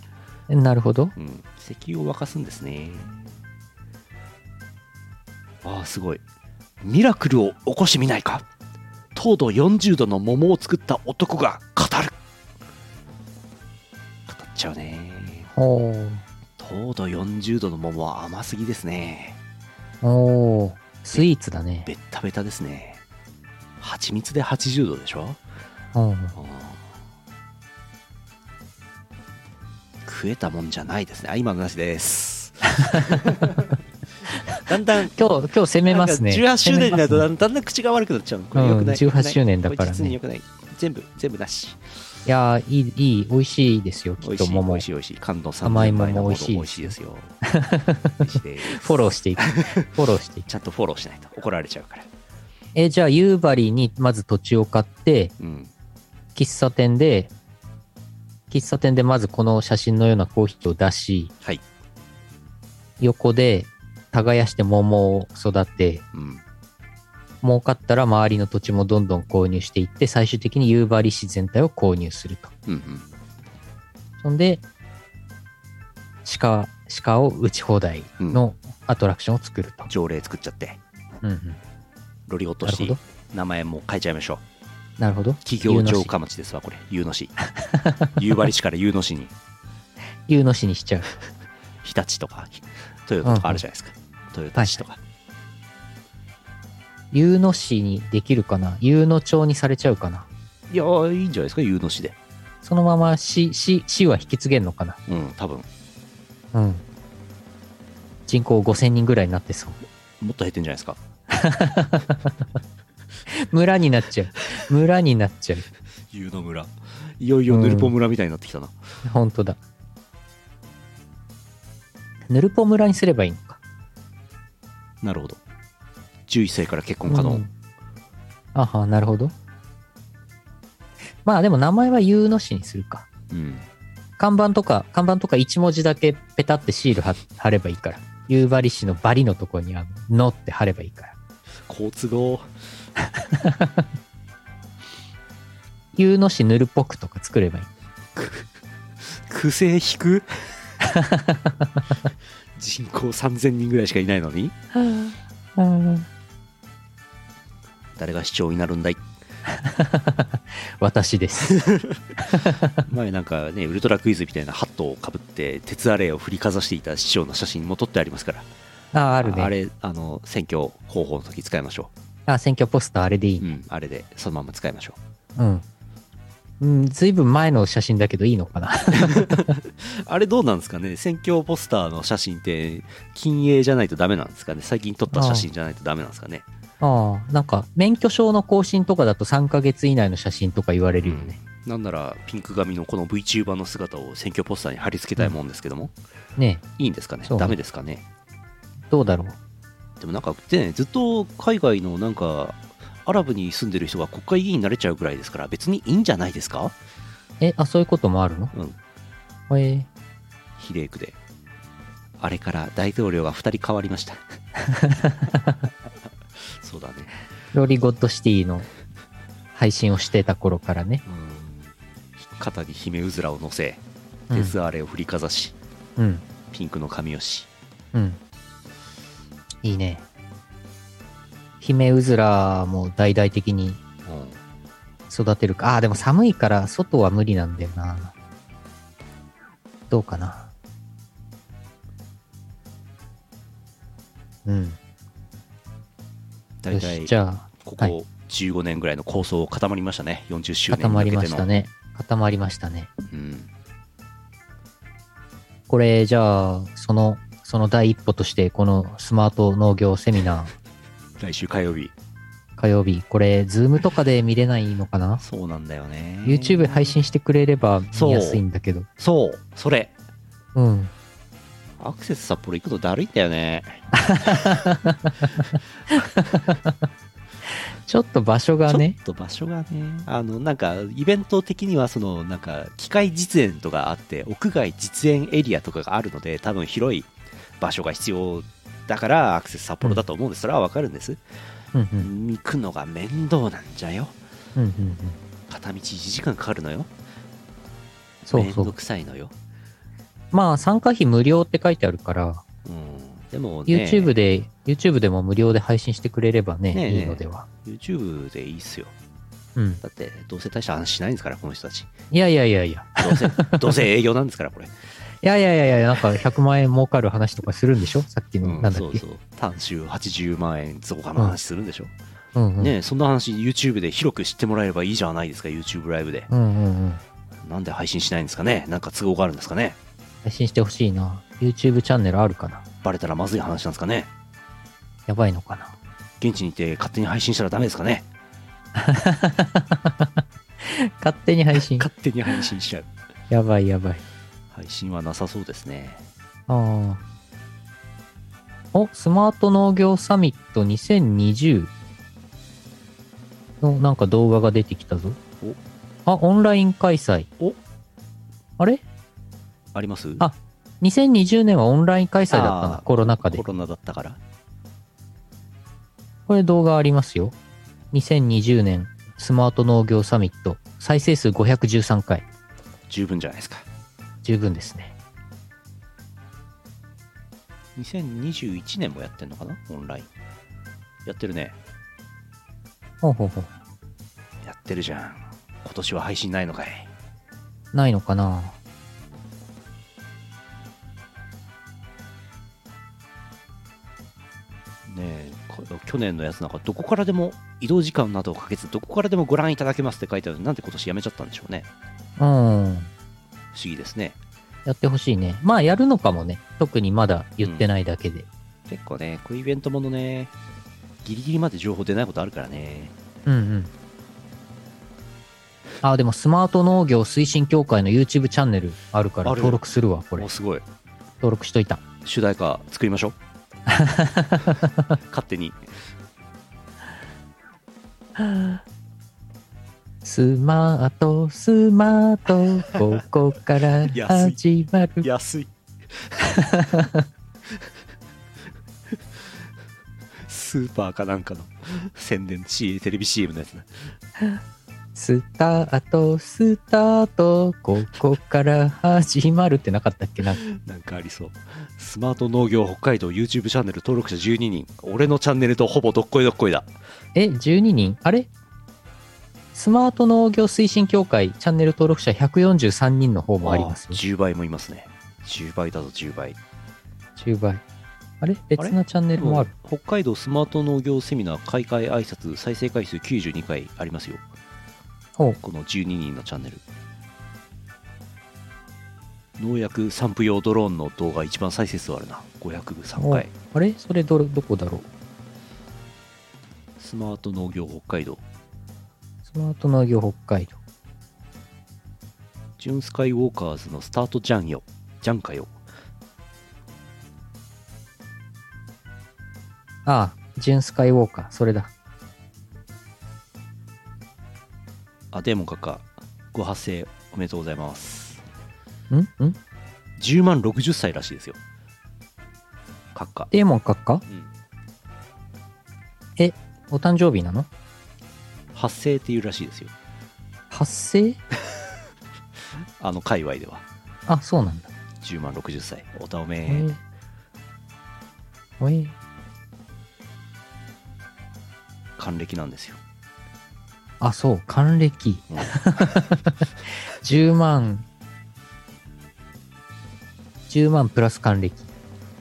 なるほど。うん、石油を沸かすんですねああすごいミラクルを起こしてみないか糖度40度の桃を作った男が語る語っちゃうねおー。糖度40度の桃は甘すぎですねおー。スイーツだね。ベッタベタですね蜂蜜で80度でしょうん。うん食えたもんじゃないですねあ今の話です <laughs> だんだん今日、今日攻めますね。なんか18周年になると攻めますだねんだんだん口が悪くなっちゃうのこれよくなうんい、18周年だからねこれ実によくない全部全部なしいやー、いい、いい、美味しいですよ、き美っと味しい美桃。味しい美味しい感動さん甘いもんも美味しい美味しいですよ美味しいですフォローしていく。 <laughs> フォローしていく。ちゃんとフォローしないと怒られちゃうからえ、じゃあ、夕張にまず土地を買って、うん喫茶店で、喫茶店でまずこの写真のようなコーヒーを出し、はい横で耕して桃を育て、うん儲かったら周りの土地もどんどん購入していって、最終的に夕張市全体を購入すると。うんうんそんで、鹿、鹿を打ち放題のアトラクションを作ると。条例作っちゃってうんうんロリ落となるほしど。名前も変えちゃいましょうなるほど。企業城下町 <laughs> ですわこれ有野市夕張市から有野市に夕の市にしちゃう。日立とかトヨタとかあるじゃないですか、トヨタ市とか、、有野市にできるかな有野町にされちゃうかないやーいいんじゃないですか有能市でそのまま市、市、市は引き継げんのかなうん多分うん。人口5000人ぐらいになってそう。もっと減ってんじゃないですか村になっちゃう。村になっちゃう。有能村いよいよヌルポ村みたいになってきたな、本当だ。ヌルポ村にすればいいのか。なるほど11歳から結婚可能、うんあは、なるほど。まあでも名前は有野市にするか。うん、看板とか、看板とか1文字だけペタってシール貼貼ればいいから。夕張市のバリのとこにあの、のって貼ればいいから。好都合有野市ヌルポ区とか作ればいい。癖引 <laughs> く人口3000人ぐらいしかいないのに誰が市長になるんだい私 <laughs> です。前なんかねウルトラクイズみたいなハットをかぶって鉄アレイを振りかざしていた市長の写真も撮ってありますからああ、あるね。あれあの選挙方法の時使いましょ、あ、選挙ポスターあれでいいううね。ん、あれでそのまま使いましょうん。うん、ずいぶん前の写真だけどいいのかな。 <laughs> うあれどうなんですかね選挙ポスターの写真って禁影じゃないとダメなんですかね最近撮った写真じゃないとダメなんですかねああ、なんか、免許証の更新とかだと3ヶ月以内の写真とか言われるよね。なんならピンク髪のこの VTuber の姿を選挙ポスターに貼り付けたいもんですけども、ねいいんですかねそうダメですかねえ、どうだろう。でもなんかねずっと海外のなんかアラブに住んでる人が国会議員になれちゃうぐらいですから別にいいんじゃないですかえ、あ、そういうこともあるのうんえ比例区であれから大統領が2人変わりま <laughs> したそうだねー、ロリゴッドシティの配信をしてた頃からね。うん肩に姫うずらを乗せうん鉄アレを振りかざし、うん。ピンクの髪をしうん。いいね。姫うずらも大々的にうん育てるか。ああ、でも寒いから外は無理なんだよな。どうかな。うん。大よし、体じゃあ、こはこ15年ぐらいの構想固まりましたね40周年固にま向りけてのましたね。固まりましたね。うんこれ、じゃあ、その、その第一歩として、このスマート農業セミナー、来週火曜日火曜日、これ、ズームとかで見れないのかなそうなんだよね ?YouTube 配信してくれれば見やすいんだけど。そうそれうん。アクセス札幌行くのだるいんだよねちょっと場所がねち、ょっと場所がねあのなんかイベント的にはそのなんか機械実演とかあって屋外実演エリアとかがあるので多分広い場所が必要だからアクセス札幌だと思うんです、それはわかるんです、うんうん、行くのが面倒なんじゃようんうんうん。片道1時間かかるのよそめうんそどう。くさいのよ、まあ、参加費無料って書いてあるから、うん、でもね YouTube で、YouTube でも無料で配信してくれればね、ねえねえいいのでは。 YouTube でいいっすようん。だってどうせ大した話しないんですからこの人たちいやいやいやいや。どうせどうせ営業なんですからこれいやいやいやいや、なんか100万円儲かる話とかするんでしょさっきの、うんなんだそっうけ。そう単収80万円増加の話するんでしょ、うんうん。ねえそんな話 YouTube で広く知ってもらえればいいじゃないですか YouTube ライブでうんうんうん。なんで配信しないんですかねなんか都合があるんですかね配信してほしいな。YouTube チャンネルあるかなバレたらまずい話なんですかねやばいのかな現地にいて勝手に配信したらダメですかね勝手に配信。 <laughs> 勝手に配信しちゃうやばいやばい。 <laughs> 配信はなさそうですねああ。お、スマート農業サミット2020のなんか動画が出てきたぞ。あ、オンライン開催。おあれありますあ2020年はオンライン開催だったんあだーコロナ禍でコ。ロナだったからこれ動画ありますよ。2020年スマート農業サミット、再生数513回。十分じゃないですか十分ですね。 2021年もやってんのかなオンラインやってるねほうほうほう。やってるじゃん今年は配信ないのかいないのかなねえか去年のやつなんかどこからでも移動時間などをかけずどこからでもご覧いただけますって書いてあるのになんで今年やめちゃったんでしょうねうん。不思議ですねやってほしいね。まあやるのかもね。特にまだ言ってないだけで。結構ねこういうイベントものねギリギリまで情報出ないことあるからねうんうん。あ、でもスマート農業推進協会の YouTube チャンネルあるからある登録するわ、これお。すごい登録しといた。主題歌作りましょう勝手にスマート、スマート、ここ <laughs> から始まる。安いスーパーかなんかの宣伝 C テレビ CM のやつねスタート、スタート、ここから始まるってなかったっけなんかなんかありそうスマート農業北海道 YouTube チャンネル登録者12人俺のチャンネルとほぼどっこいどっこいだえ、12人あれスマート農業推進協会チャンネル登録者143人の方もありますあよ。 10倍もいますね10倍だぞ10倍10倍。あれ別なチャンネルもある。北海道スマート農業セミナー開会挨拶再生回数92回ありますよほうこの12人のチャンネル農薬散布用ドローンの動画一番再生数あるな503回あれそれどれ、どこだろうスマート農業北海道スマート農業北海道。ジュンスカイウォーカーズのスタートジャンよジャンかよああ、ジュンスカイウォーカー、それだ。あデーモン閣下ご発声おめでとうございますんん10万60歳らしいですよ閣下デーモン閣下うんお誕生日なの発声っていうらしいですよ発生あの界隈ではあ、そうなんだ。 10万60歳おたおめ、えー、おい、還暦なんですよあ、そう、還暦 <laughs> うん。 10万、10万プラス還暦。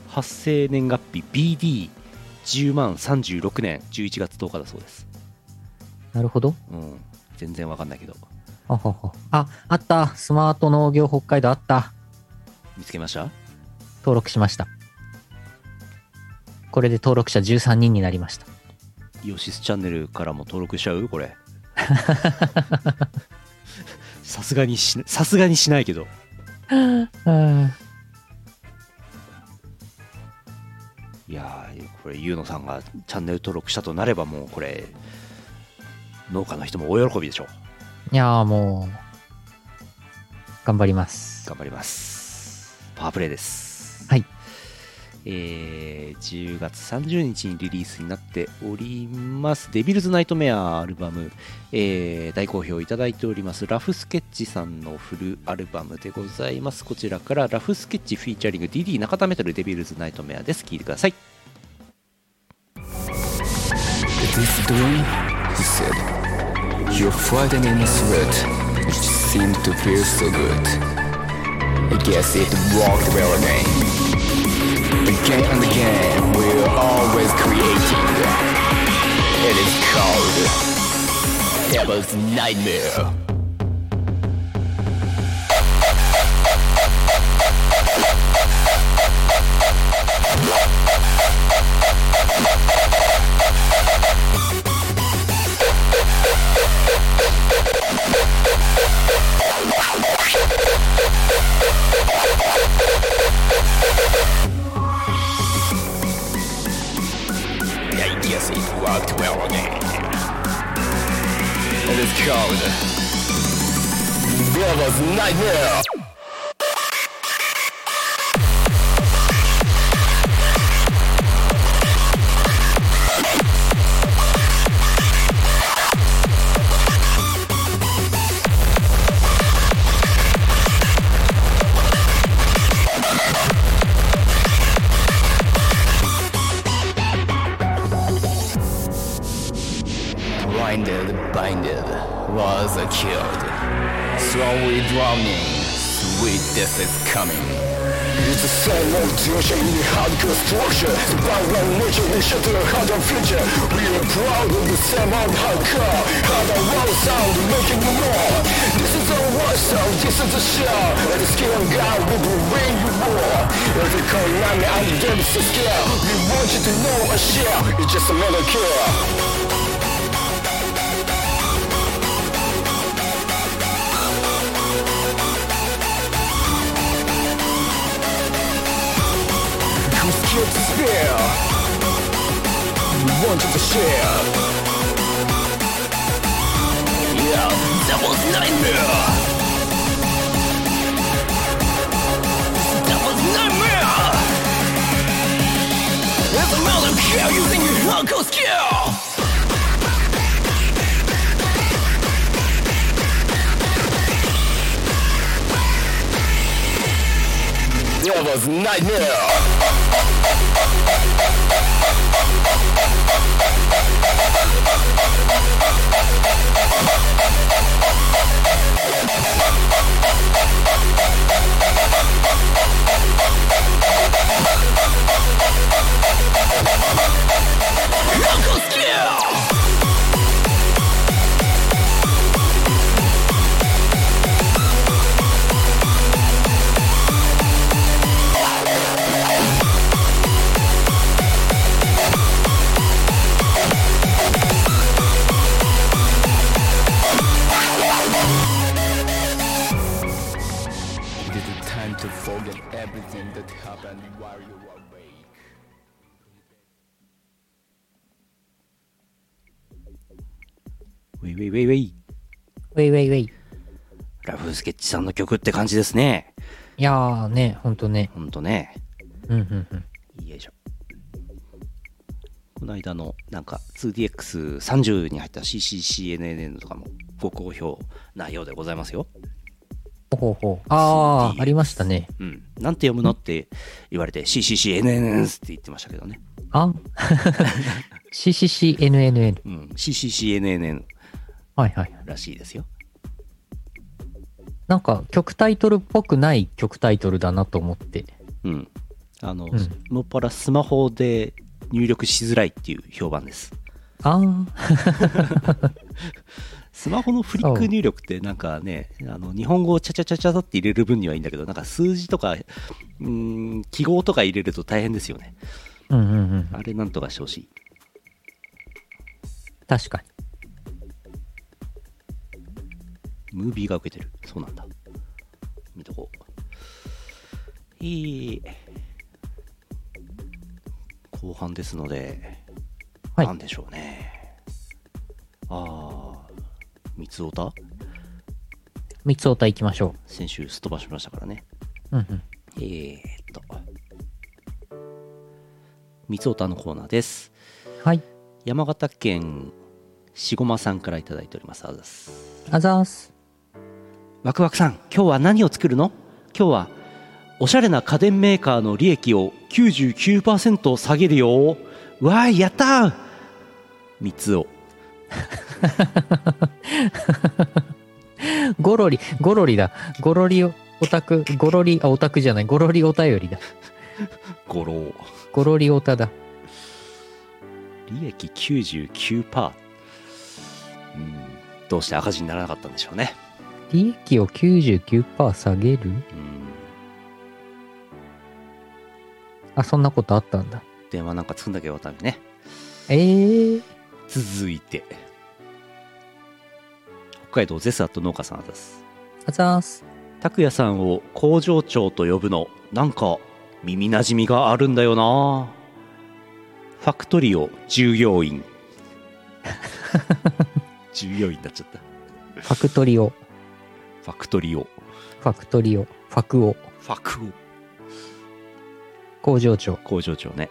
発生年月日 BD10 万36年11月10日だそうですなるほど。うん全然わかんないけどあはは。あ、あった。スマート農業北海道あった。見つけました登録しました。これで登録者13人になりました。イオシスチャンネルからも登録しちゃうこ <laughs> れさすがにしさすがにしないけどうん。いやーこれゆうのさんがチャンネル登録したとなればもうこれ農家の人も大喜びでしょういやーもう、頑張ります。頑張りますパワープレイですはいえー10月30日にリリースになっておりますデビルズ・ナイトメアアルバム、えー大好評いただいておりますラフスケッチさんのフルアルバムでございますこちらからラフスケッチフィーチャリング DD 中田メタルデビルズ・ナイトメアです聴いてください It is dawn, he said. Your frightening sweat, which seemed to feel so good. I guess it walked well again. Again and again, we're always creating. It is called Devil's Nightmare. I guess it walked well again. It is called Devil's Nightmare. blinded, blinded, was killed. Slowly drowning, sweet death is coming. It's a sign of danger in hardcore structure Survival nature we shatter harder future We are proud of the same old hardcore Harder loud sound making you more This is our war sound, this is the show At the scale of God we will win you war Every Konami and Davis is scale We want you to know and share It's just a matter of care Who's scared to spare? We want you to share Yeah, Devil's Nightmare Devil's Nightmare It's a melon kill using your hardcore skill Devil's Nightmare Hardcore skill! It is the time to forget everything that happened while you were awake. ウェイウェイウェイウェイ。ウェイウェイウェイ。いラフスケッチさんの曲って感じですね。やーね、ほんとね。ほんとね。うんうんうん。よいしょ。この間の、なんか、2DX30 に入った CCCNN とかもご好評なようでございますよ。ほうほうほう。あー、ありましたね。うん。なんて読むのって言われて、CCCNN って言ってましたけどね。あ <laughs> ?CCCNNN。うん。CCCNN はいはい。らしいですよ。なんか曲タイトルっぽくない曲タイトルだなと思って。うん。あの、んもっぱらスマホで入力しづらいっていう評判です。あー、スマホのフリック入力ってなんかね、あの日本語をちゃちゃちゃちゃだって入れる分にはいいんだけど、なんか数字とか、うーん、記号とか入れると大変ですよね。うんうんうん。あれなんとかしてほしい。確かに。ムービーが受けてる。そうなんだ。見とこう。えー後半ですので、はいなんでしょうね。ああ、三つおた三つおた行きましょ先週すっ飛ばしましたからね。う。うんうん。えー、っと、三つおたのコーナーです。はい。山形県しごまさんからいただいております。あざっす。あざーす。ワクワクさん今日は何を作るの今日はおしゃれな家電メーカーの利益を99%下げるよわーいやったー三つをゴロリ、ゴロリだ。ゴロリオタク、ゴロリ、あ、オタクじゃない。ゴロリお便りだ。ゴローゴロリオタだ。利益99%うんどうして赤字にならなかったんでしょうね利益を99%下げるうんあ、そんなことあったんだ。電話なんかつくんだけど渡辺ねえー。続いて北海道ゼスアット農家さんですあざーす。拓也さんを工場長と呼ぶのなんか耳なじみがあるんだよなファクトリオ従業 <laughs> 員従業員になっちゃったファクトリオ、フファクトリオァクトリオ、ファクオ、ファク工場長オ。工場長ね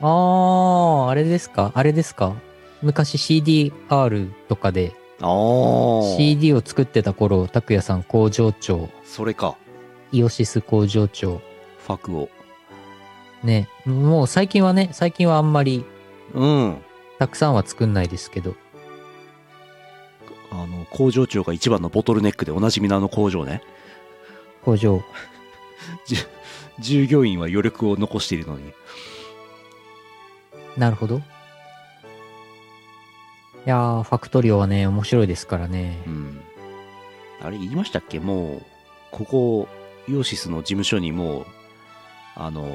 あー、あれですかあれですか昔 CDR とかでああ CD を作ってた頃、拓也さん工場長、それかイオシス工場長。ファクオね、もう最近はね、最近はあんまりうんたくさんは作んないですけど。あの工場長が一番のボトルネックでおなじみのあの工場ね工場。じ従業員は余力を残しているのに。なるほど。いやー、ファクトリオはね、面白いですからね。うん。あれ言いましたっけもう、ここ、ヨーシスの事務所にもう、あの、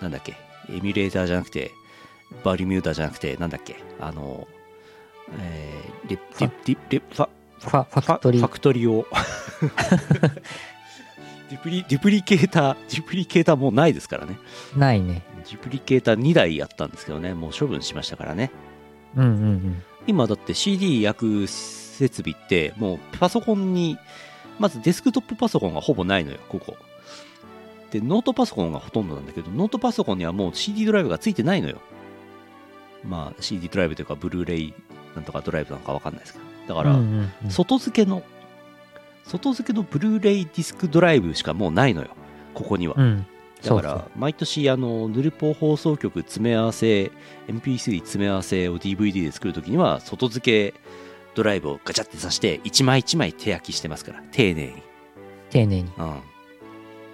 なんだっけ、エミュレーターじゃなくて、バリミューターじゃなくて、なんだっけ、あの、えー、レファディレファ、ファファクトリファクトリオ。 <laughs> デュプリ、デュプリケーター、デュプリケーターもうないですからね。ないね。デュプリケーター2台やったんですけどね、もう処分しましたからね。うんうんうん。今だって CD 焼く設備って、もうパソコンに、まずデスクトップパソコンがほぼないのよ、ここ。で、ノートパソコンがほとんどなんだけど、ノートパソコンにはもう CD ドライブがついてないのよ。まあ CD ドライブというか、ブルーレイなんとかドライブなんかわかんないですけど。だから、うんうんうん外付けの、外付けのブルーレイディスクドライブしかもうないのよ、ここには。うん。だそかうそうら。、毎年、あの、ヌルポ放送局詰め合わせ、MP3 詰め合わせを DVD で作るときには、外付けドライブをガチャって挿して、一枚一枚手焼きしてますから、丁寧に。丁寧に。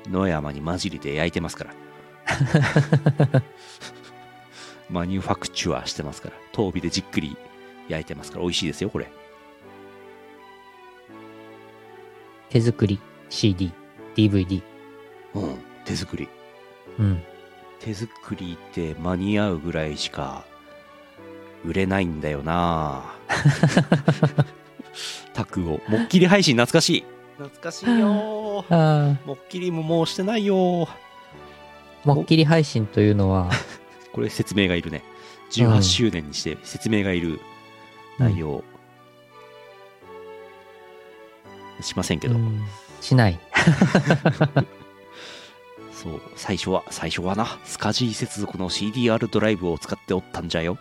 うん。野山に混じりで焼いてます <laughs> から。マニュファクチュアしてますから、遠火でじっくり焼いてますから、美味しいですよ、これ。手作り、CD、DVD。うん、手作り。うん。手作りって間に合うぐらいしか売れないんだよな <laughs> タクをもっきり配信懐かしい懐かしいよーあもっきりももうしてないよーあ、もっきり配信というの <laughs> は、これ説明がいるね18周年にして説明がいる内容、しませんけど、うんしない。そう最初は最初はなスカジー接続の CDR ドライブを使っておったんじゃよ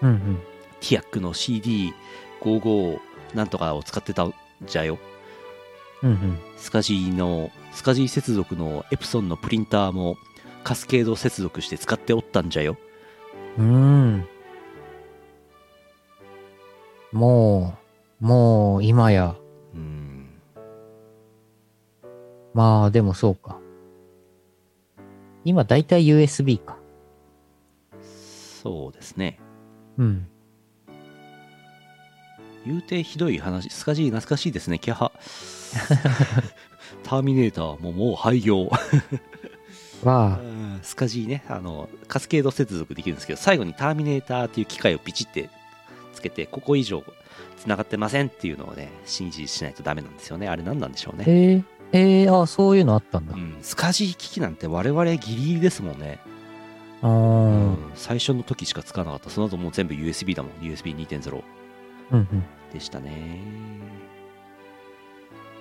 うんうん。ティアックの CD55 なんとかを使ってたんじゃよ。うんうん。スカジーの、スカジー接続のエプソンのプリンターもカスケード接続して使っておったんじゃよ。うーん。もう、もう今や、うーん。まあでもそうか。今だいたい USB か。そうですね。うん。言うてひどい話、スカジー懐かしいですね、キャハ。 <laughs> ターミネーターももう廃業。は、スカジーね、あの、カスケード接続できるんですけど、最後にターミネーターっていう機械をピチってつけて、ここ以上繋がってませんっていうのをね、指示しないとダメなんですよね。あれ何なんでしょうね。えー、えー、ああ、そういうのあったんだう。ん、スカジー機器なんて我々ギリギリですもんね。う、うんうん、最初の時しか使わなかった。その後もう全部 USB だもん。USB2.0 うん。でしたね。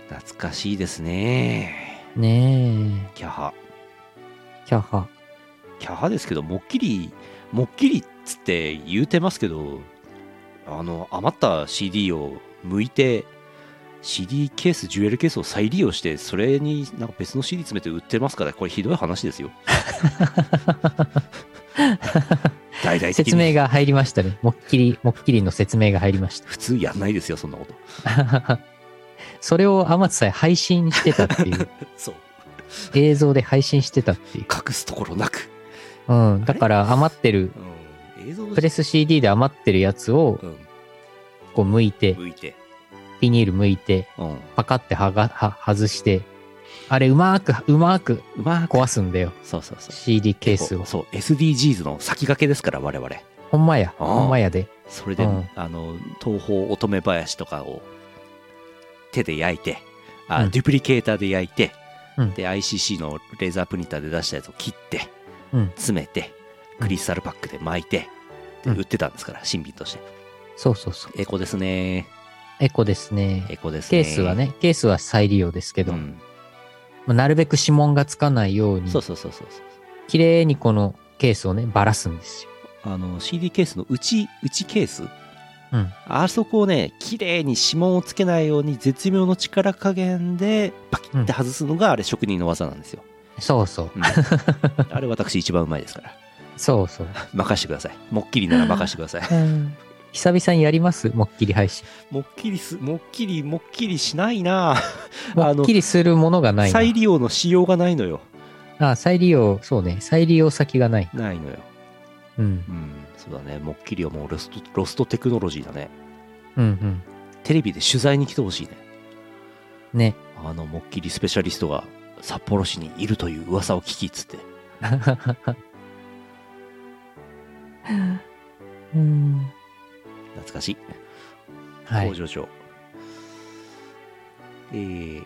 懐かしいですね。ねキャハ。え、キャハ。キャハですけど、もっきり、もっきりっつって言うてますけど、あの、余った CD を剥いて、CD ケース、ジュエルケースを再利用して、それになんか別の CD 詰めて売ってますから、これひどい話 <laughs> ですよ。大々的説明に。が入りましたね。もっきり、もっきりの説明が入りました。普通やんないですよ、そんなこと。それを天津さん配信してたっていう。そう。映像で配信してたっていう。隠すところなく。うん。だから余ってる、うん、映像プレス CD で余ってるやつを、うん、こう剥いて、剥いて。ビニール剥いて、うん。うパカってはが、は、外して、あれうまーく、うまーくまく。壊すんだよ。そうそうそう。 CD ケースを。そう、SDGs の先駆けですから、我々。ほんまや、あーほんまやで。それで、うんあの、東方乙女林とかを手で焼いて、あ、うんデュプリケーターで焼いて、うんで、ICC のレーザープリンターで出したやつを切って、うん詰めて、クリスタルパックで巻いて、で、うん売ってたんですから、新品として。そうそうそう。エコですね。エコですね。エコですケね。ースは。ね、ケースは再利用ですけうど、まん。あなるべく指紋がつかないようにそ、うそうそうそうそう。綺麗にこのケースをね、ばらすんですよ。あの、CD ケースの内、内ケースうん。あそこをね、綺麗に指紋をつけないように絶妙の力加減でパキッて外すのが、あれ職人の技なんですよ。そうそう。うんあれ私一番うまいですから。 <laughs> そうそう。任してください。もっきりなら任してください。うん <laughs> 久々にやりますもっきり配信。 <laughs> もっきりす、もっきり、もっきりしないなぁもっきりするものがないな。再利用のしようがないのよ。あ、再利用、そうね。再利用先がない。ないのよ。うんう。ん、そうだね。もっきりはもうロストロストテクノロジーだね。うんテレビで取材に来てほしいね。うん。ね。あの、もっきりスペシャリストが札幌市にいるという噂を聞きつって。うん。懐かしい。は工い。場長。えー、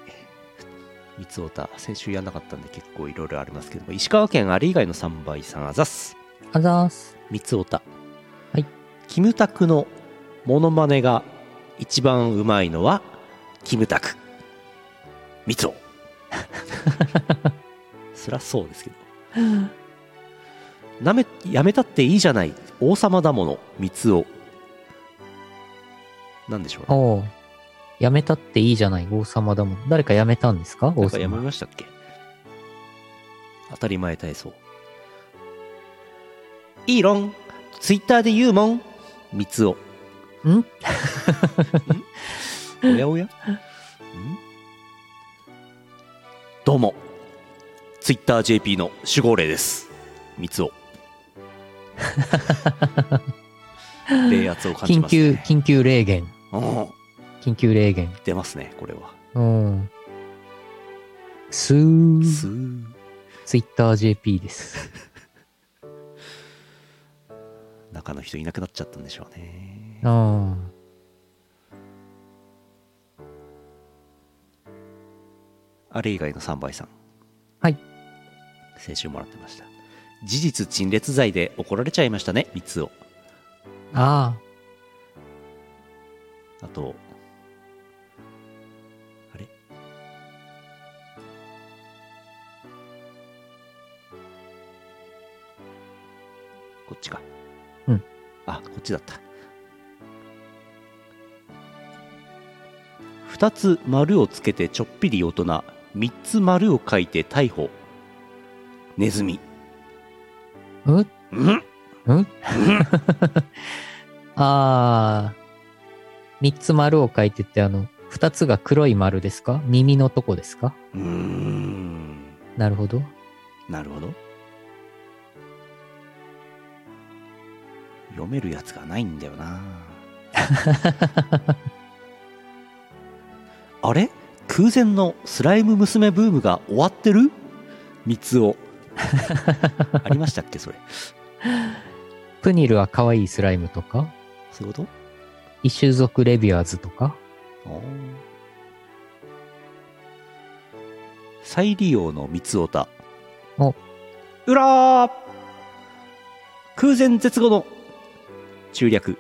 三つ太田、先週やんなかったんで結構いろいろありますけども、石川県あれ以外の3倍さんあざっす。あざーす。三つ太田。はい。キムタクのモノマネが一番うまいのは、キムタク。三 <laughs> つお。そりゃそうですけど。なめ、やめたっていいじゃない。王様だもの、三つお。なんでしょうね。おお。やめたっていいじゃない。王様だもん。誰かやめたんですかな王んかやめ様。ましたっけ当たり前体操。イーロン、ツイッターで言うもん、三つお。ん <laughs> おやおやんどうも、ツイッター JP の守護霊です。三 <laughs> つお。冷圧を感じ緊ます急、ね。緊急霊言。うん緊急霊言。出ますね、これは。うん。すー。すーツイッター JP です。中の人いなくなっちゃったんでしょうね。うん。あれ以外の3倍さん。はい。先週もらってました。事実陳列罪で怒られちゃいましたね、三つを。ああと、あれこっちか。うん。あ、こっちだった。二つ丸をつけてちょっぴり大人、三つ丸を書いて逮捕。ネズミ。あ。うんうんうんああ、三つ丸を書いてって、あの、二つが黒い丸ですか耳のとこですかうーん。なるほど。なるほど。読めるやつがないんだよな。あれ空前のスライム娘ブームが終わってる三つを。ありましたっけそれ。プニルは可愛いスライムとか、そういうこと異種族レビュアーズとか、おー再利用の三つおた。おうらー空前絶後の中略。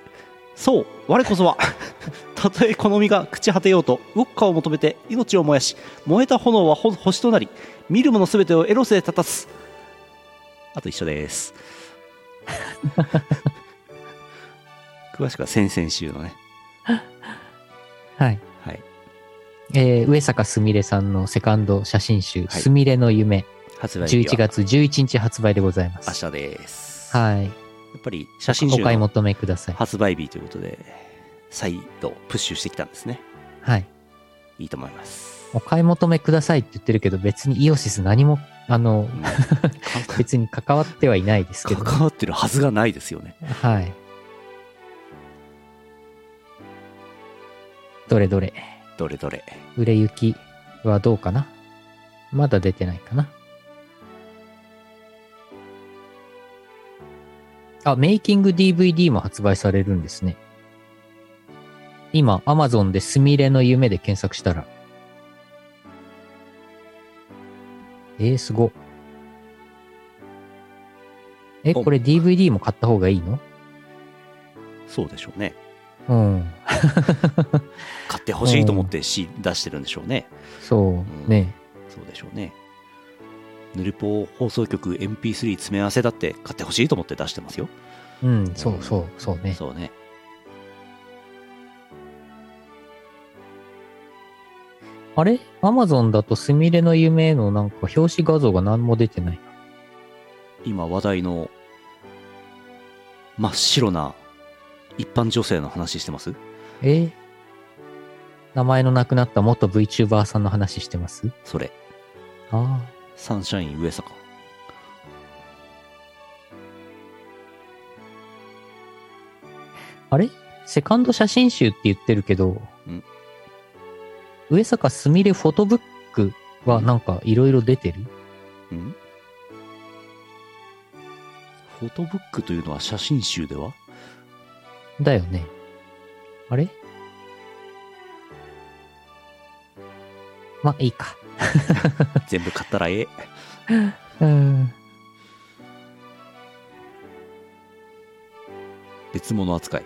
そう、我こそは。 <laughs> たとえ好みが朽ち果てようと、ウォッカを求めて命を燃やし、燃えた炎はほ星となり、見るものすべてをエロスで立たす。あと一 <laughs> 緒です。詳しくは先々週のね。はい。はい。えー、上坂すみれさんのセカンド写真集、はいすみれの夢、発売日は11月11日発売でございま明す。日です。やはい。っぱり写真集お買いの求めください。発売日ということで、再度プッシュしてきたんですね。はい。いいと思います。お買い求めくださいって言ってるけど、別にイオシス何も、あのう、ん別に関わってはいないですけど。 <laughs> 関わってるはずがないですよね。はい。どれどれ、どれどれ。売れ行きはどうかなまだ出てないかなあ、メイキング DVD も発売されるんですね。今、Amazon でスミレの夢で検索したら。えー、すごっ。え、おこれ DVD も買った方がいいのそうでしょうね。うん。買ってほしいと思ってし出してるんでしょうね。そうね。そうでしょうね。ヌルポ放送局 MP3 詰め合わせだって買ってほしいと思って出してますよ。うん、そうそう、そうね。そうね。あれアマゾンだとスミレの夢のなんか表紙画像が何も出てない。今話題の真っ白な一般女性の話してますえー名前のなくなった元 VTuber さんの話してますそれ。あサンシャイン上坂。あれセカンド写真集って言ってるけど、うん上坂すみれフォトブックはなんかいろいろ出てるんフォトブックというのは写真集ではだよね。あれまあいいか。 <laughs> 全部買ったらええ。うん。別物扱い。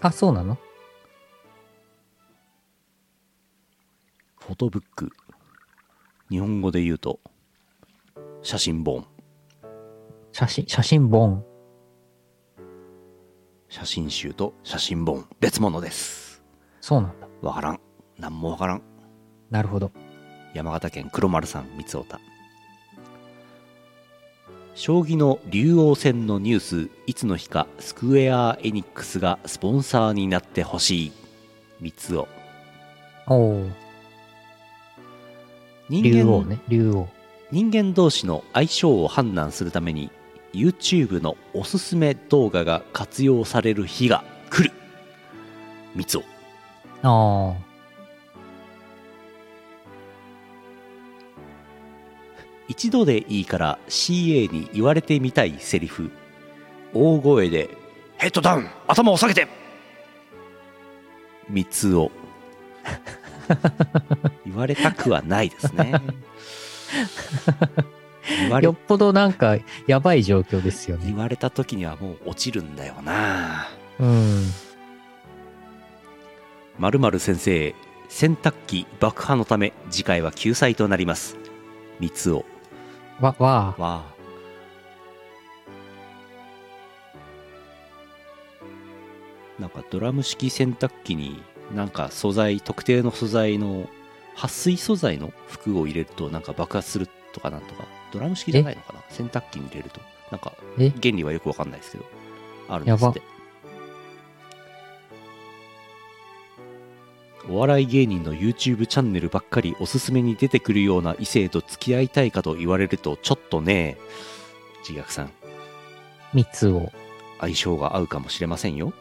あ、そうなのフォトブック。日本語で言うと、写真本。写真、写真本。写真集と写真本。別物です。そうなんだ。わからん。なんもわからん。なるほど。山形県黒丸さん三尾田将棋の竜王戦のニュースいつの日かスクエアエニックスがスポンサーになってほしい三尾おお。人竜王間,、ね。竜王。人間同士の相性を判断するために YouTube のおすすめ動画が活用される日が来る三尾あ一度でいいから CA に言われてみたいセリフ大声で「ヘッドダウン頭を下げて!」三つを <laughs> 言われたくはないです <laughs> ね言わあ。れよっぽどなんか、やばい状況ですよね言。われた時にはもう落ちるんだよなうん。まるまる先生洗濯機爆破のため次回は救済となります三つをわ、わあ。わあなんかドラム式洗濯機になんか素材特定の素材の撥水素材の服を入れるとなんか爆発するとかなんとかドラム式じゃないのかな洗濯機に入れるとなんかえ原理はよくわかんないですけどあるんですってお笑い芸人の YouTube チャンネルばっかりおすすめに出てくるような異性と付き合いたいかと言われるとちょっとね自虐さん三つを。相性が合うかもしれませんよ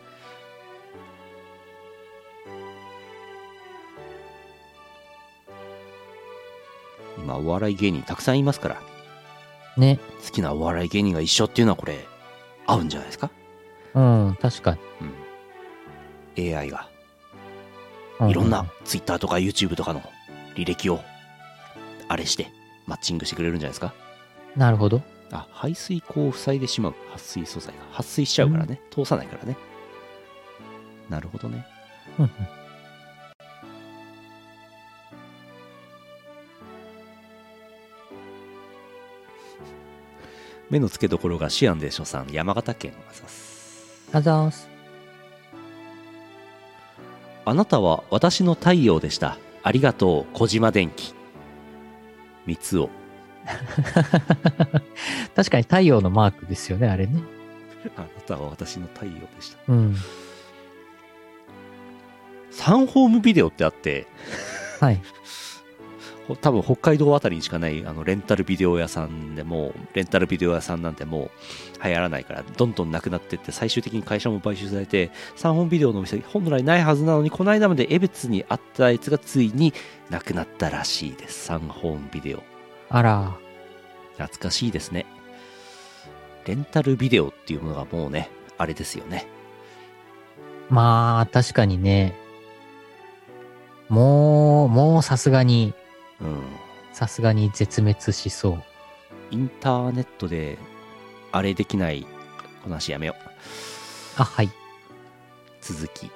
今お笑い芸人たくさんいますからね。好きなお笑い芸人が一緒っていうのはこれ合うんじゃないですか、うん、確かに。うん、AI がういろんな。Twitter とか YouTube とかの履歴をあれしてマッチングしてくれるんじゃないですかなるほど。あ排水口を塞いでしまう撥水素材が撥水しちゃうからね、通さないからねなるほどねうんうん <laughs> 目の付けどころがシアンでしょさん山形県あざすあざーす。あなたは私の太陽でしたありがとう小島電機三つを確かに太陽のマークですよね、あれね。あなたは私の太陽でしたうん。サンホームビデオってあってはい。ほ多分北海道あたりにしかないあのレンタルビデオ屋さんでもうレンタルビデオ屋さんなんてもう流行らないからどんどんなくなってって最終的に会社も買収されて3本ビデオのお店本来ないはずなのにこの間まで江別にあったやつがついになくなったらしいです3本ビデオあら。懐かしいですねレンタルビデオっていうものがもうねあれですよねまあ、確かにね。もう、もうさすがに、うんさすがに絶滅しそう。インターネットであれできないこの話やめようあ、はい。続き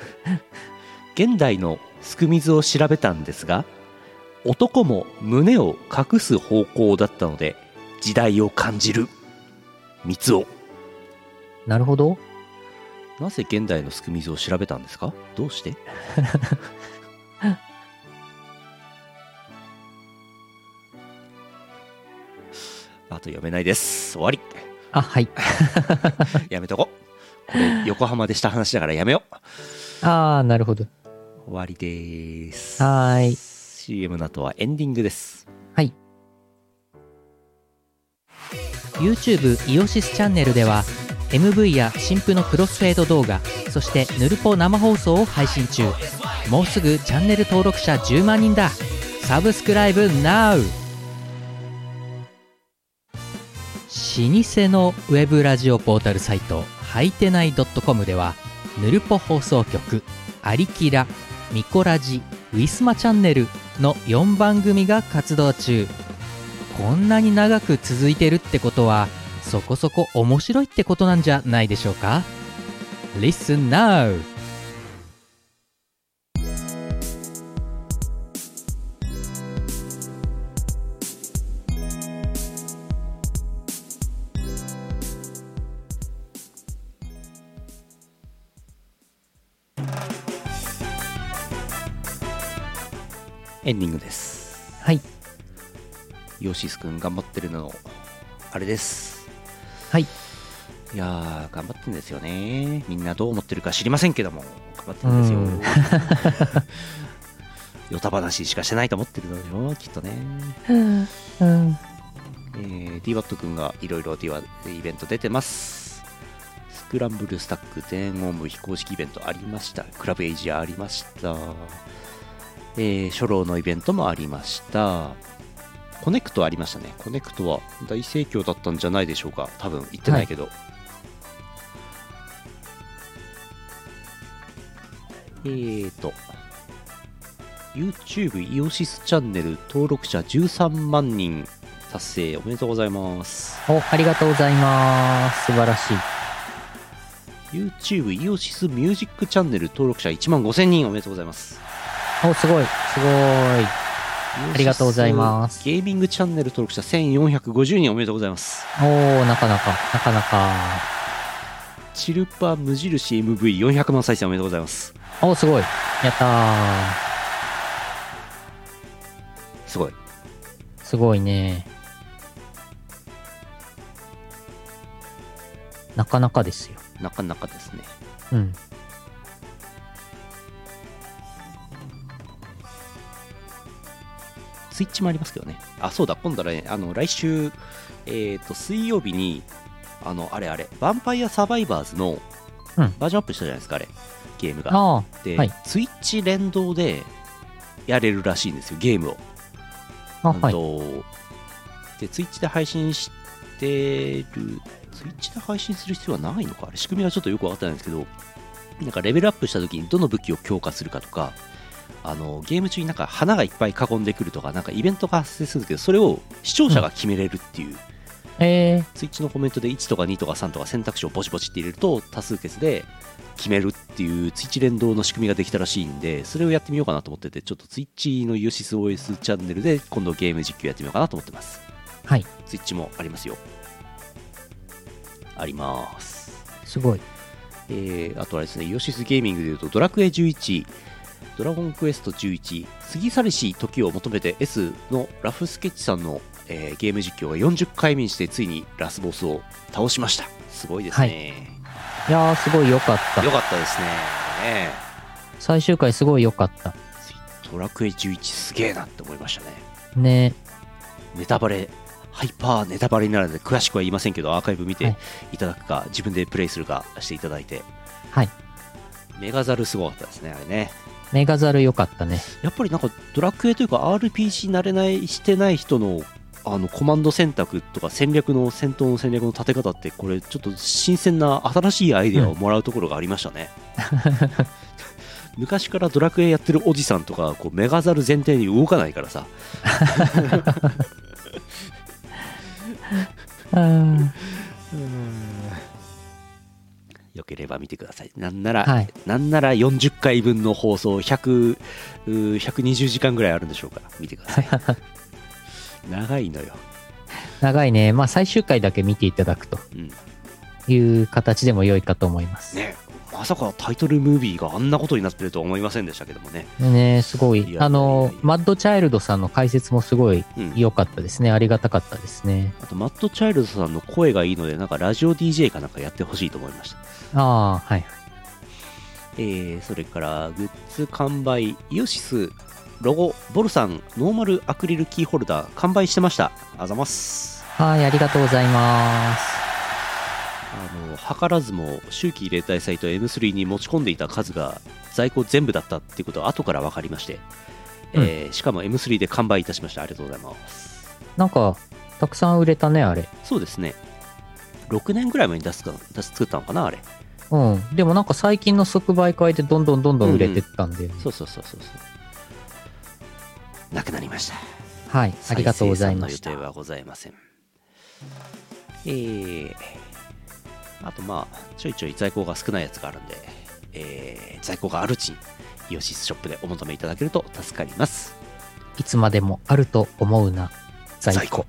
<laughs> 現代のすくみずを調べたんですが男も胸を隠す方向だったので時代を感じる三つをなるほど。なぜ現代のすくみずを調べたんですかどうして <laughs> あと読めないです終わりあ、はい。やめとここれ横浜でした話だからやめようああ、なるほど。終わりです。はーい CM の後はエンディングです。はい。YouTube イオシスチャンネルでは MV や新婦のクロスフェード動画そしてヌルポ生放送を配信中もうすぐチャンネル登録者10万人だサブスクライブ NOW! 老舗のウェブラジオポータルサイトはいてない .com ではぬるぽ放送局「アリキラ」「ミコラジ」「ウィスマチャンネル」の4番組が活動中こんなに長く続いてるってことはそこそこ面白いってことなんじゃないでしょうか Listen now! エンディングですはいヨシスくん頑張ってるのあれですはいいやー頑張ってんですよねみんなどう思ってるか知りませんけども頑張ってるんですよ <laughs> ヨタ話しかしてないと思ってるのよきっとねえー、DWAT 君がいろいろイベント出てます。スクランブルスタック全音部非公式イベントありました。クラブエイジアありました。えー、初老のイベントもありました。コネクトありましたね。コネクトは大盛況だったんじゃないでしょうか。多分行ってないけど。えーと、YouTube イオシスチャンネル登録者13万人達成おめでとうございますおありがとうございます素晴らしい YouTube イオシスミュージックチャンネル登録者1万5000人おめでとうございますおすごいすごいありがとうございますゲーミングチャンネル登録者1450人おめでとうございますおーなかなかなかなかチルパ無印 MV400 万再生おめでとうございますおすごいやったーすごいすごいねなかなかですよなかなかですねうんスイッチもありますけどねあそうだ今度はねあの来週えっ、と水曜日にあのあれあれヴァンパイアサバイバーズのうんバージョンアップしたじゃないですか、あれゲームがあで、はいツイッチ連動でやれるらしいんですよゲームを、ああうんはいとでツイッチで配信してるツイッチで配信する必要はないのかあれ仕組みはちょっとよく分かってないんですけどなんかレベルアップした時にどの武器を強化するかとかあのゲーム中になんか花がいっぱい囲んでくるとかなんかイベントが発生するんですけどそれを視聴者が決めれるっていう、えツイッチのコメントで1とか2とか3とか選択肢をボチボチって入れると多数決で決めるっていうツイッチ連動の仕組みができたらしいんでそれをやってみようかなと思っててちょっとツイッチのイオシス OS チャンネルで今度ゲーム実況やってみようかなと思ってますー、はいツイッチもありますよありますすごいえーあとはですね、イオシスゲーミングでいうと、ドラクエ11、ドラゴンクエスト11、過ぎ去りし時を求めて S のラフスケッチさんの、えーゲーム実況が40回目にして、ついにラスボスを倒しました。すごいですね。いやーすごい良かったよかったですね。ね最終回すごい良かったえドラクエ11すげえなって思いましたね。ねネタバレ、ハイパーネタバレになるので、詳しくは言いませんけど、アーカイブ見はていいただくか、自分でプレイするかしていただいて、はいメガザルすごかったですね、あれね。メガザル良かったねやっぱりなんかドラクエというか RPG 慣れないしてない人のあのコマンド選択とか戦略の戦闘の戦略の立て方ってこれちょっと新鮮な新しいアイデアをもらうところがありました <laughs> ね、昔からドラクエやってるおじさんとかこうメガザル前提に動かないからさうんよければ見てくださいなんなら、はいなんなら40回分の放送100うー120時間ぐらいあるんでしょうから見てください <laughs> 長いのよ、長いねまあ最終回だけ見ていただくとうん、いう形でも良いかと思いますねね、まさかタイトルムービーがあんなことになってるとは思いませんでしたけどもね、すごいやいやいいやあのマッドチャイルドさんの解説もすごいうん、良かったですねありがたかったですねあとマット・チャイルドさんの声がいいのでなんかラジオ DJ かなんかやってほしいと思いました、ああはいえー、それからグッズ完売イオシスロゴボルさんノーマルアクリルキーホルダー完売してましたあざますはい、ありがとうございます。あの図らずも秋季例大祭と M3 に持ち込んでいた数が在庫全部だったっていうことは後から分かりまして、うんえーしかも M3 で完売いたしましたありがとうございますなんか、たくさん売れたね、あれ。そうですね6年ぐらい前に出すか出し作ったのかなあれうん。でもなんか最近の即売会でどんどんどんどん売れてったんで、そうそうそうそうそうなくなりましたはい。ありがとうございまし再た生産の予。定はございません。えー、あとまあ、ちょいちょい在庫が少ないやつがあるんで、えー、在庫があるうちに、イオシスショップでお求めいただけると助かります。いつまでもあると思うな、在庫。在庫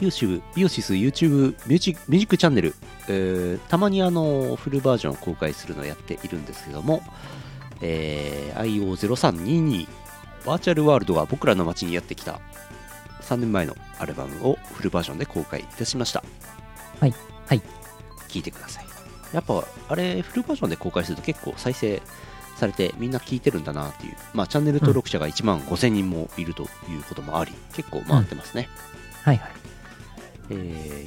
ユーシブ、イオシス YouTube ミュージミュージックチャンネル、えーたまにあの、フルバージョンを公開するのをやっているんですけども、えー、IO0322 バーチャルワールドが僕らの街にやってきた3年前のアルバムをフルバージョンで公開いたしました。はい。はい。聞いてください。やっぱ、あれ、フルバージョンで公開すると結構再生されてみんな聞いてるんだなっていう、まあ、チャンネル登録者が1万5000人もいるということもあり、結構回ってますね。はいはい。え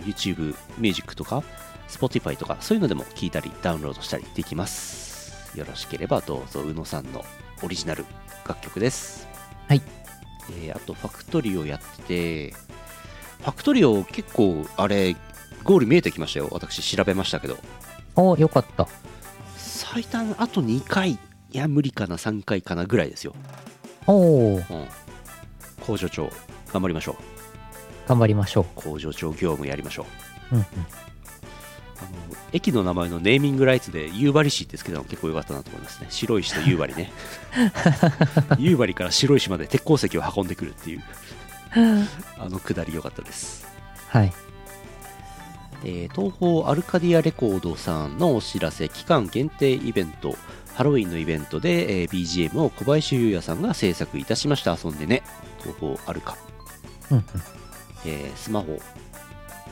ー YouTube ミュージックとか Spotify とかそういうのでも聞いたりダウンロードしたりできますよろしければどうぞ宇野さんのオリジナル楽曲ですはい、えーあとファクトリオやっててファクトリオ結構あれゴール見えてきましたよ私調べましたけどおよかった。最短あと2回いや無理かな3回かなぐらいですよ、おー、うん、工場長頑張りましょう頑張りましょう。工場長業務やりましょううんうん。あの駅の名前のネーミングライツで夕張市ってつけたの結構良かったなと思いますね白石と夕張 <laughs> ね夕張から白石まで鉄鉱石を運んでくるっていうあのくだり良かったです、はい。えー東方アルカディアレコードさんのお知らせ期間限定イベントハロウィンのイベントで、えー BGM を小林優也さんが制作いたしました遊んでね東方アルカ、うんうん。えースマホ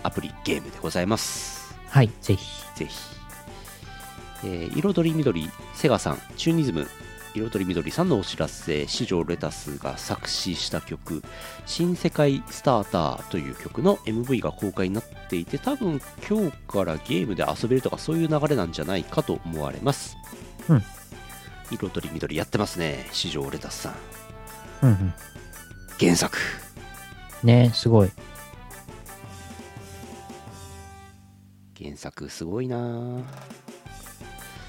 アプリゲームでございますはい、ぜひ。ぜひ。えー彩り緑、セガさん、チューニズム、彩り緑さんのお知らせ、四条レタスが作詞した曲、新世界スターターという曲の MV が公開になっていて、多分今日からゲームで遊べるとかそういう流れなんじゃないかと思われます。うん。彩り緑やってますね、四条レタスさうん。んうん。原作。ねすごい。原作すごいなぁ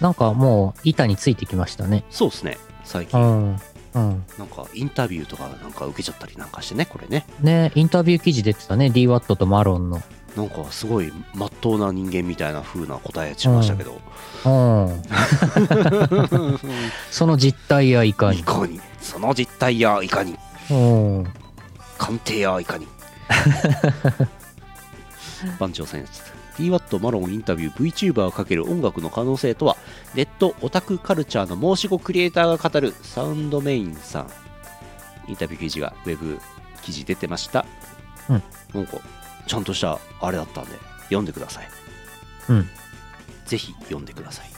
なんかもう板についてきましたね。そうですね、最う近。ん。うん。なんかインタビューとかなんか受けちゃったりなんかしてね、これね。ねインタビュー記事出てたね。DWAT とマロンの。なんかすごい真っ当な人間みたいな風な答えしましたけど、 <laughs> うん。その実態やいかいに。かにその実態やいかにうん。鑑定やい <laughs> かに番長さんやつ DWAT マロンインタビュー VTuber× 音楽の可能性とはネットオタクカルチャーの申し子クリエイターが語るサウンドメインさんインタビュー記事がウェブ記事出てました、うんなんかちゃんとしたあれだったんで読んでくださいうん。ぜひ読んでください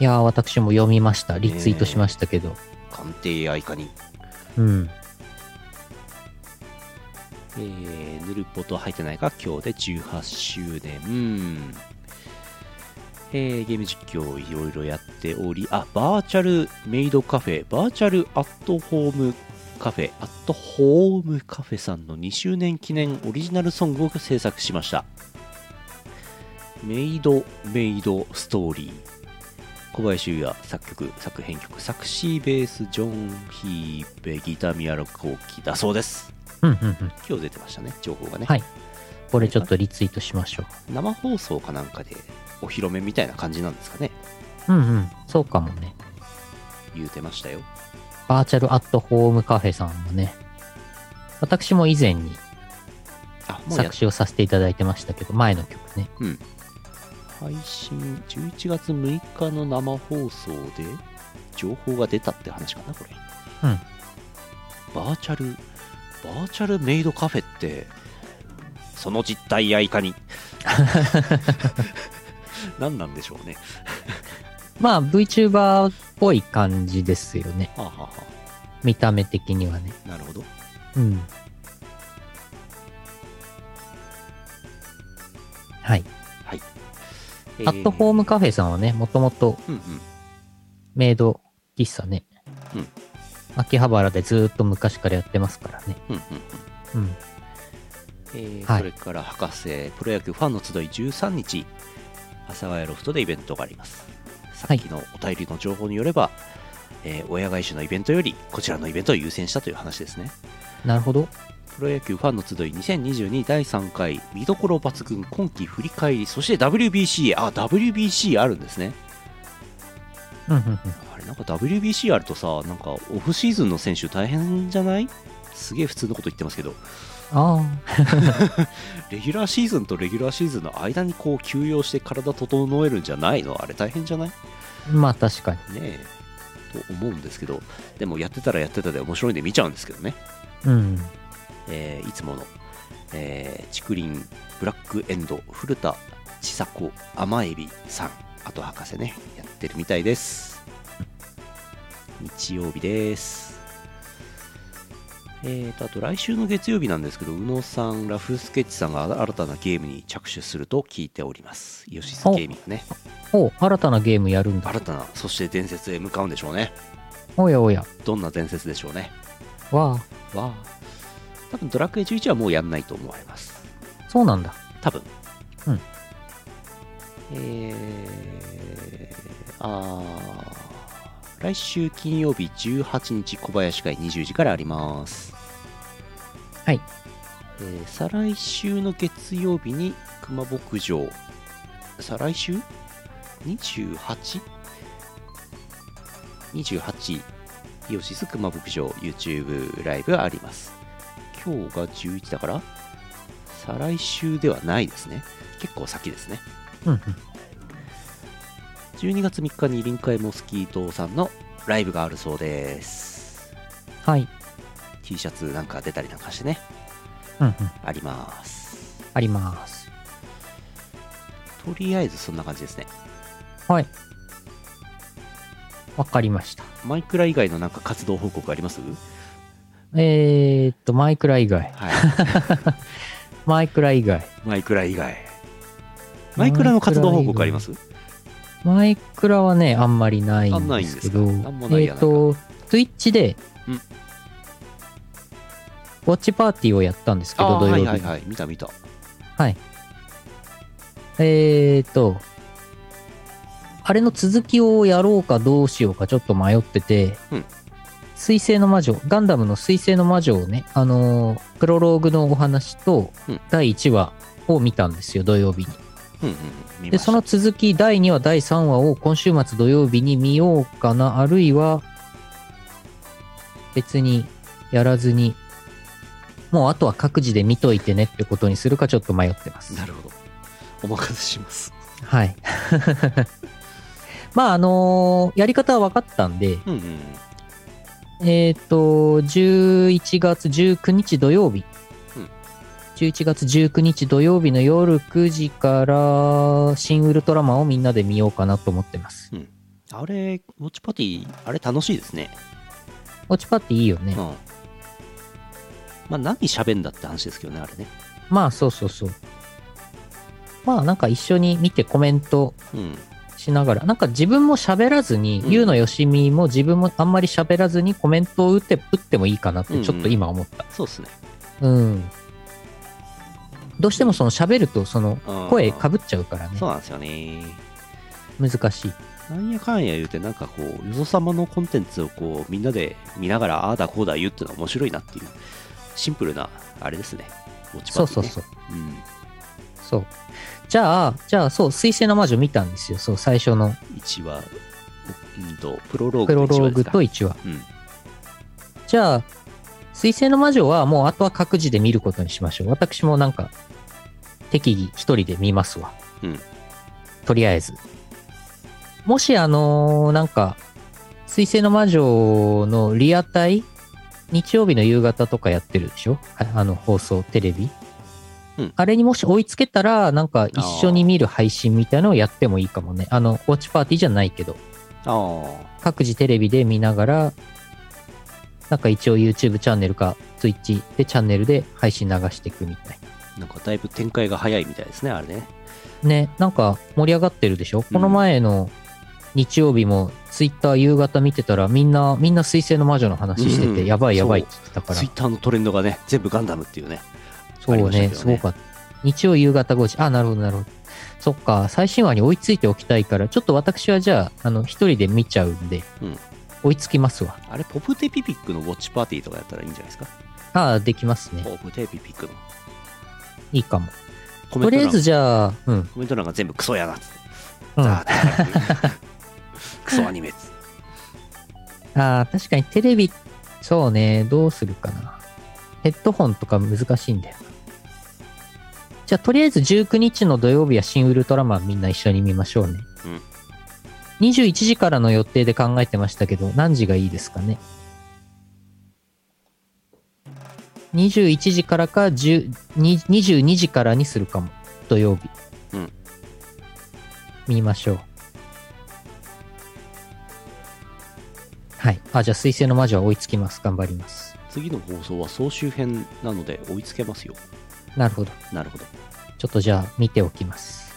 いやー、私も読みました。リツイートしましたけど。鑑定やいかにうん。えー、ぬるぽと入ってないが今日で18周年、えーゲーム実況いろいろやっておりあバーチャルメイドカフェバーチャルアットホームカフェアットホームカフェさんの2周年記念オリジナルソングを制作しましたメイドメイドストーリー小林優也作曲作編曲作詞ベースジョン・ヒーベギター宮野幸喜だそうですうんうんうん。今日出てましたね、情報がね。はいこれちょっとリツイートしましょ生放送かなんかでお披露目みたいな感じなんですかね。う。うんうん。そうかもね。言うてましたよ。バーチャルアットホームカフェさんもね。私も以前にあ、もうや作詞をさせていただいてましたけど、前の曲ね。配信11月6日の生放送で情報が出たって話かな、これ。うん。バーチャル、バーチャルメイドカフェって、その実態や <laughs> いかに。何なんでしょうね。まあ VTuber っぽい感じですよね。はあ、はあは見た目的にはね。あ、なるほど。うん。はい。はい。えアットホームカフェさんはね、もともとうんうん。メイド喫茶ね、うん秋葉原でずーっと昔からやってますからね。うんうんうんうん。えーはいそれから博士プロ野球ファンの集い13日阿佐ヶ谷ロフトでイベントがありますさっきのお便りの情報によれば、えー親会社のイベントよりこちらのイベントを優先したという話ですねなるほど。プロ野球ファンの集い2022第3回見どころ抜群今季振り返りそして WBC へあ WBC あるんですねうんうんうん。あれなんか WBC あるとさなんかオフシーズンの選手大変じゃないすげえ普通のこと言ってますけどあレギュラーシーズンとレギュラーシーズンの間にこう休養して体整えるんじゃないのあれ大変じゃないねあ、まあ確かに。えと思うんですけどでもやってたらやってたで面白いんで見ちゃうんですけどね、うん。えーいつもの、えー、竹林ブラックエンド古田千佐子甘エビさんあと博士ねやってるみたいです日曜日ですえーとあと来週の月曜日なんですけど宇野さんラフスケッチさんが新たなゲームに着手すると聞いておりますヨシスゲーミングねお新たなゲームやるんだ。新たなそして伝説へ向かうんでしょうねおやおや。どんな伝説でしょうねわわあ多分ドラクエ11はもうやんないと思われますあ、そうなんだ。多分うんえー、あー来週金曜日18日小林会20時からありますはい、えー再来週の月曜日に熊牧場再来週 28? 28イオシス熊牧場 YouTube ライブあります今日が11だから再来週ではないですね結構先ですねうんうん。 12月3日に臨海モスキートさんのライブがあるそうですはい。 T シャツなんか出たりなんかしてねうんうん。ありますあります。とりあえずそんな感じですねはい。わかりました。マイクラ以外のなんか活動報告ありますえー、っと、マイクラ以外。はいマイクラ以外。 <laughs> マイクラ以外マイクラの活動報告ありますマイクラはね、あんまりないあんないでんですすけかど、あんまないえやっないかと、ツイッチで、うんウォッチパーティーをやったんですけあど、ー土曜は日いに。はいはい見た見たえっと、あれの続きをやろうかどうしようかちょっと迷ってて、うん水星の魔女、ガンダムの水星の魔女をね、あのープロローグのお話とうん、第1話を見たんですよ、土曜日に。うんうんうん見でましそたの続き第2話第3話を今週末土曜日に見ようかなあるいは別にやらずにもうあとは各自で見といてねってことにするかちょっと迷ってますなるほどお任せしますはい <laughs> まああのーやり方は分かったんでうんうんえっ、と11月19日土曜日、うん11月19日土曜日の夜9時から新ウルトラマンをみんなで見ようかなと思ってますあれウォッチパーティーあれ楽しいですね落ちパっていいよね。うん。まあ、何喋んだって話ですけどね、あれね。まあ、そうそうそう。まあ、なんか一緒に見てコメントうん。しながら、なんか自分も喋らずに、うんゆうのよしみも自分もあんまり喋らずにコメントを打って、打ってもいいかなっうんてうんちょっと今思った。そうっすね。うん。どうしてもその喋ると、そのうん声かぶっちゃうからね。そうなんですよね。難しい。なんやかんや言うて、なんかこう、よそ様のコンテンツをこう、みんなで見ながら、ああだこうだ言うっていうのは面白いなっていう、シンプルな、あれですね。落ちそうそうそう。う。うん。そう。じゃあ、じゃあ、そう、水星の魔女見たんですよ。そう、最初の1話、うんと、プロロープグロのロ1ー話でグすか。と1話。うん。じゃあ、水星の魔女はもうあとは各自で見ることにしましょう。私もなんか、適宜一人で見ますわ。うんとりあえず。もしあのーなんか、水星の魔女のリアタイ日曜日の夕方とかやってるでしょああの放送、テレビ。うんあれにもし追いつけたら、なんか一緒に見る配信みたいのをやってもいいかもね。あの、ウォッチパーティーじゃないけど。ああ。各自テレビで見ながら、なんか一応 YouTube チャンネルか Twitch でチャンネルで配信流していくみたいな。なんかだいぶ展開が早いみたいですね、あれね。ね、なんか盛り上がってるでしょ、この前の日曜日もツイッター夕方見てたらみんな、みんな水星の魔女の話してて、うんやばいやばいって言ってたからツイッ、ターのトレンドがね、全部ガンダムっていうね。そうありましたけね、どねすごかった。日曜夕方5時。あ、なるほど、なるほど。そっか、最新話に追いついておきたいから、ちょっと私はじゃあ、あの、一人で見ちゃうんで、うん追いつきますわ。あれ、ポプテピピックのウォッチパーティーとかやったらいいんじゃないですか。ああ、できますね。ポプテピピックのいいかも。コメとントりあえ欄ずじゃあ、うん。コメント欄が全部クソやなっつって。うん、ザあーってクソアニメっつってあ、確かにテレビ、そうね、どうするかな。ヘッドホンとか難しいんだよな。じゃあ、とりあえず19日の土曜日は新ウルトラマンみんな一緒に見ましょうね。うん21時からの予定で考えてましたけど、何時がいいですかね。21時からか10に22時からにするかも土曜日、うん見ましょうはいあじゃあ水星の魔女は追いつきます頑張ります <laughs> 次の放送は総集編なので追いつけますよ。なるほどなるほど。ちょっとじゃあ見ておきます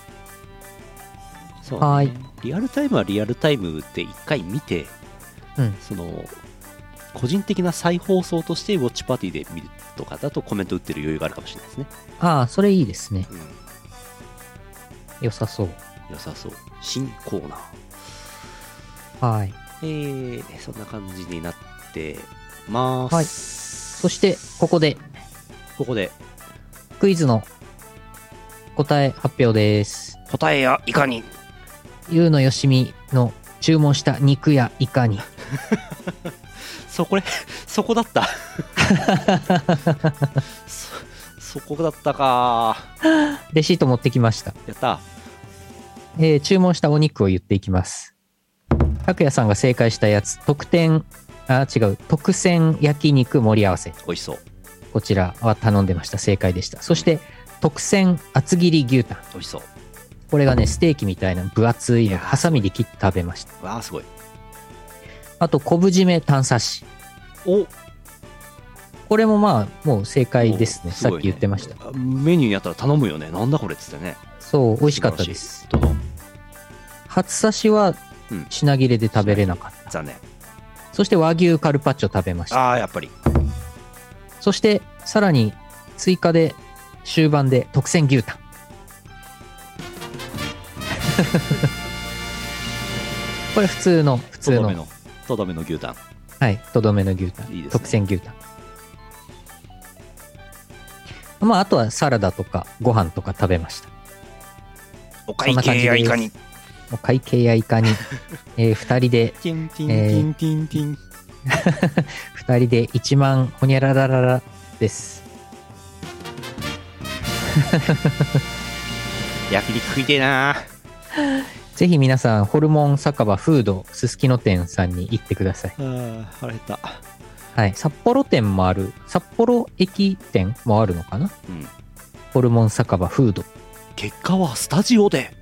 そうはーいリアルタイムはリアルタイムで一回見て、うんその個人的な再放送としてウォッチパーティーで見るとかだとコメント打ってる余裕があるかもしれないですね、ああそれいいですねう、良さそうん良さそう新コーナーはいえー、そんな感じになってます、はいそしてここでここでクイズの答え発表です答えやいかにゆうのよしみの注文した肉やいかにそこれ <laughs> そこだった <laughs> そそこだったかレシート持ってきましたやったえー注文したお肉を言っていきます。拓也さんが正解したやつ、特典、あ、違う、特選焼肉盛り合わせ。美味しそうこちらは頼んでました。正解でした。そして、特選厚切り牛タン。美味しそうこれがね、ステーキみたいな分厚いの、ハサミで切って食べました。わあすごいあと、昆布締め炭刺し。おこれもまあ、もう正解ですね。おさすっごいき言ってました。メニューにあったら頼むよねなんだこれっつってねそう、美味しかったです。どうぞ初刺しはうん品切れで食べれなかった。残念そして和牛カルパッチョ食べました。ああやっぱりそして、さらに追加で終盤で特選牛 <laughs> タン。これ普通の、普と通どめの、のとどめの牛タンはい、とどめの牛タン。いいですね特選牛タン。まあ、あとはサラダとかご飯とか食べました。おそんな感じです。お会計やい <laughs> かに、えー二人で、ティンティンえーティンティンティン二人で一万ほにゃららららです。焼肉食いてえなぜひ皆さん、ホルモン酒場フードすすきの店さんに行ってください。あー腹減ったはい、札幌店もある、札幌駅店もあるのかなうんホルモン酒場フード。結果はスタジオで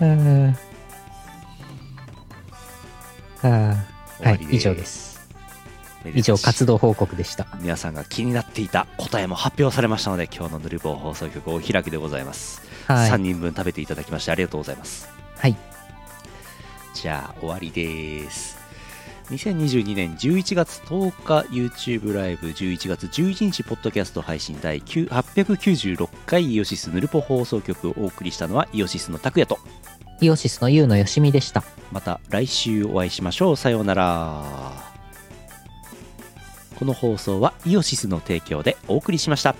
うん。あー終はわいり、以上です。以上、活動報告でした。皆さんが気になっていた答えも発表されましたので今日のヌルボー放送局お開きでございます、はい3。人分食べていただきましてありがとうございますはい。じゃあ終わりです。2022年11月10日 YouTube ライブ11月11日ポッドキャスト配信第9 896回イオシスヌルポ放送局をお送りしたのはイオシスの拓也とイオシスのユウのよしみでした。また来週お会いしましょうさようならこの放送はイオシスの提供でお送りしました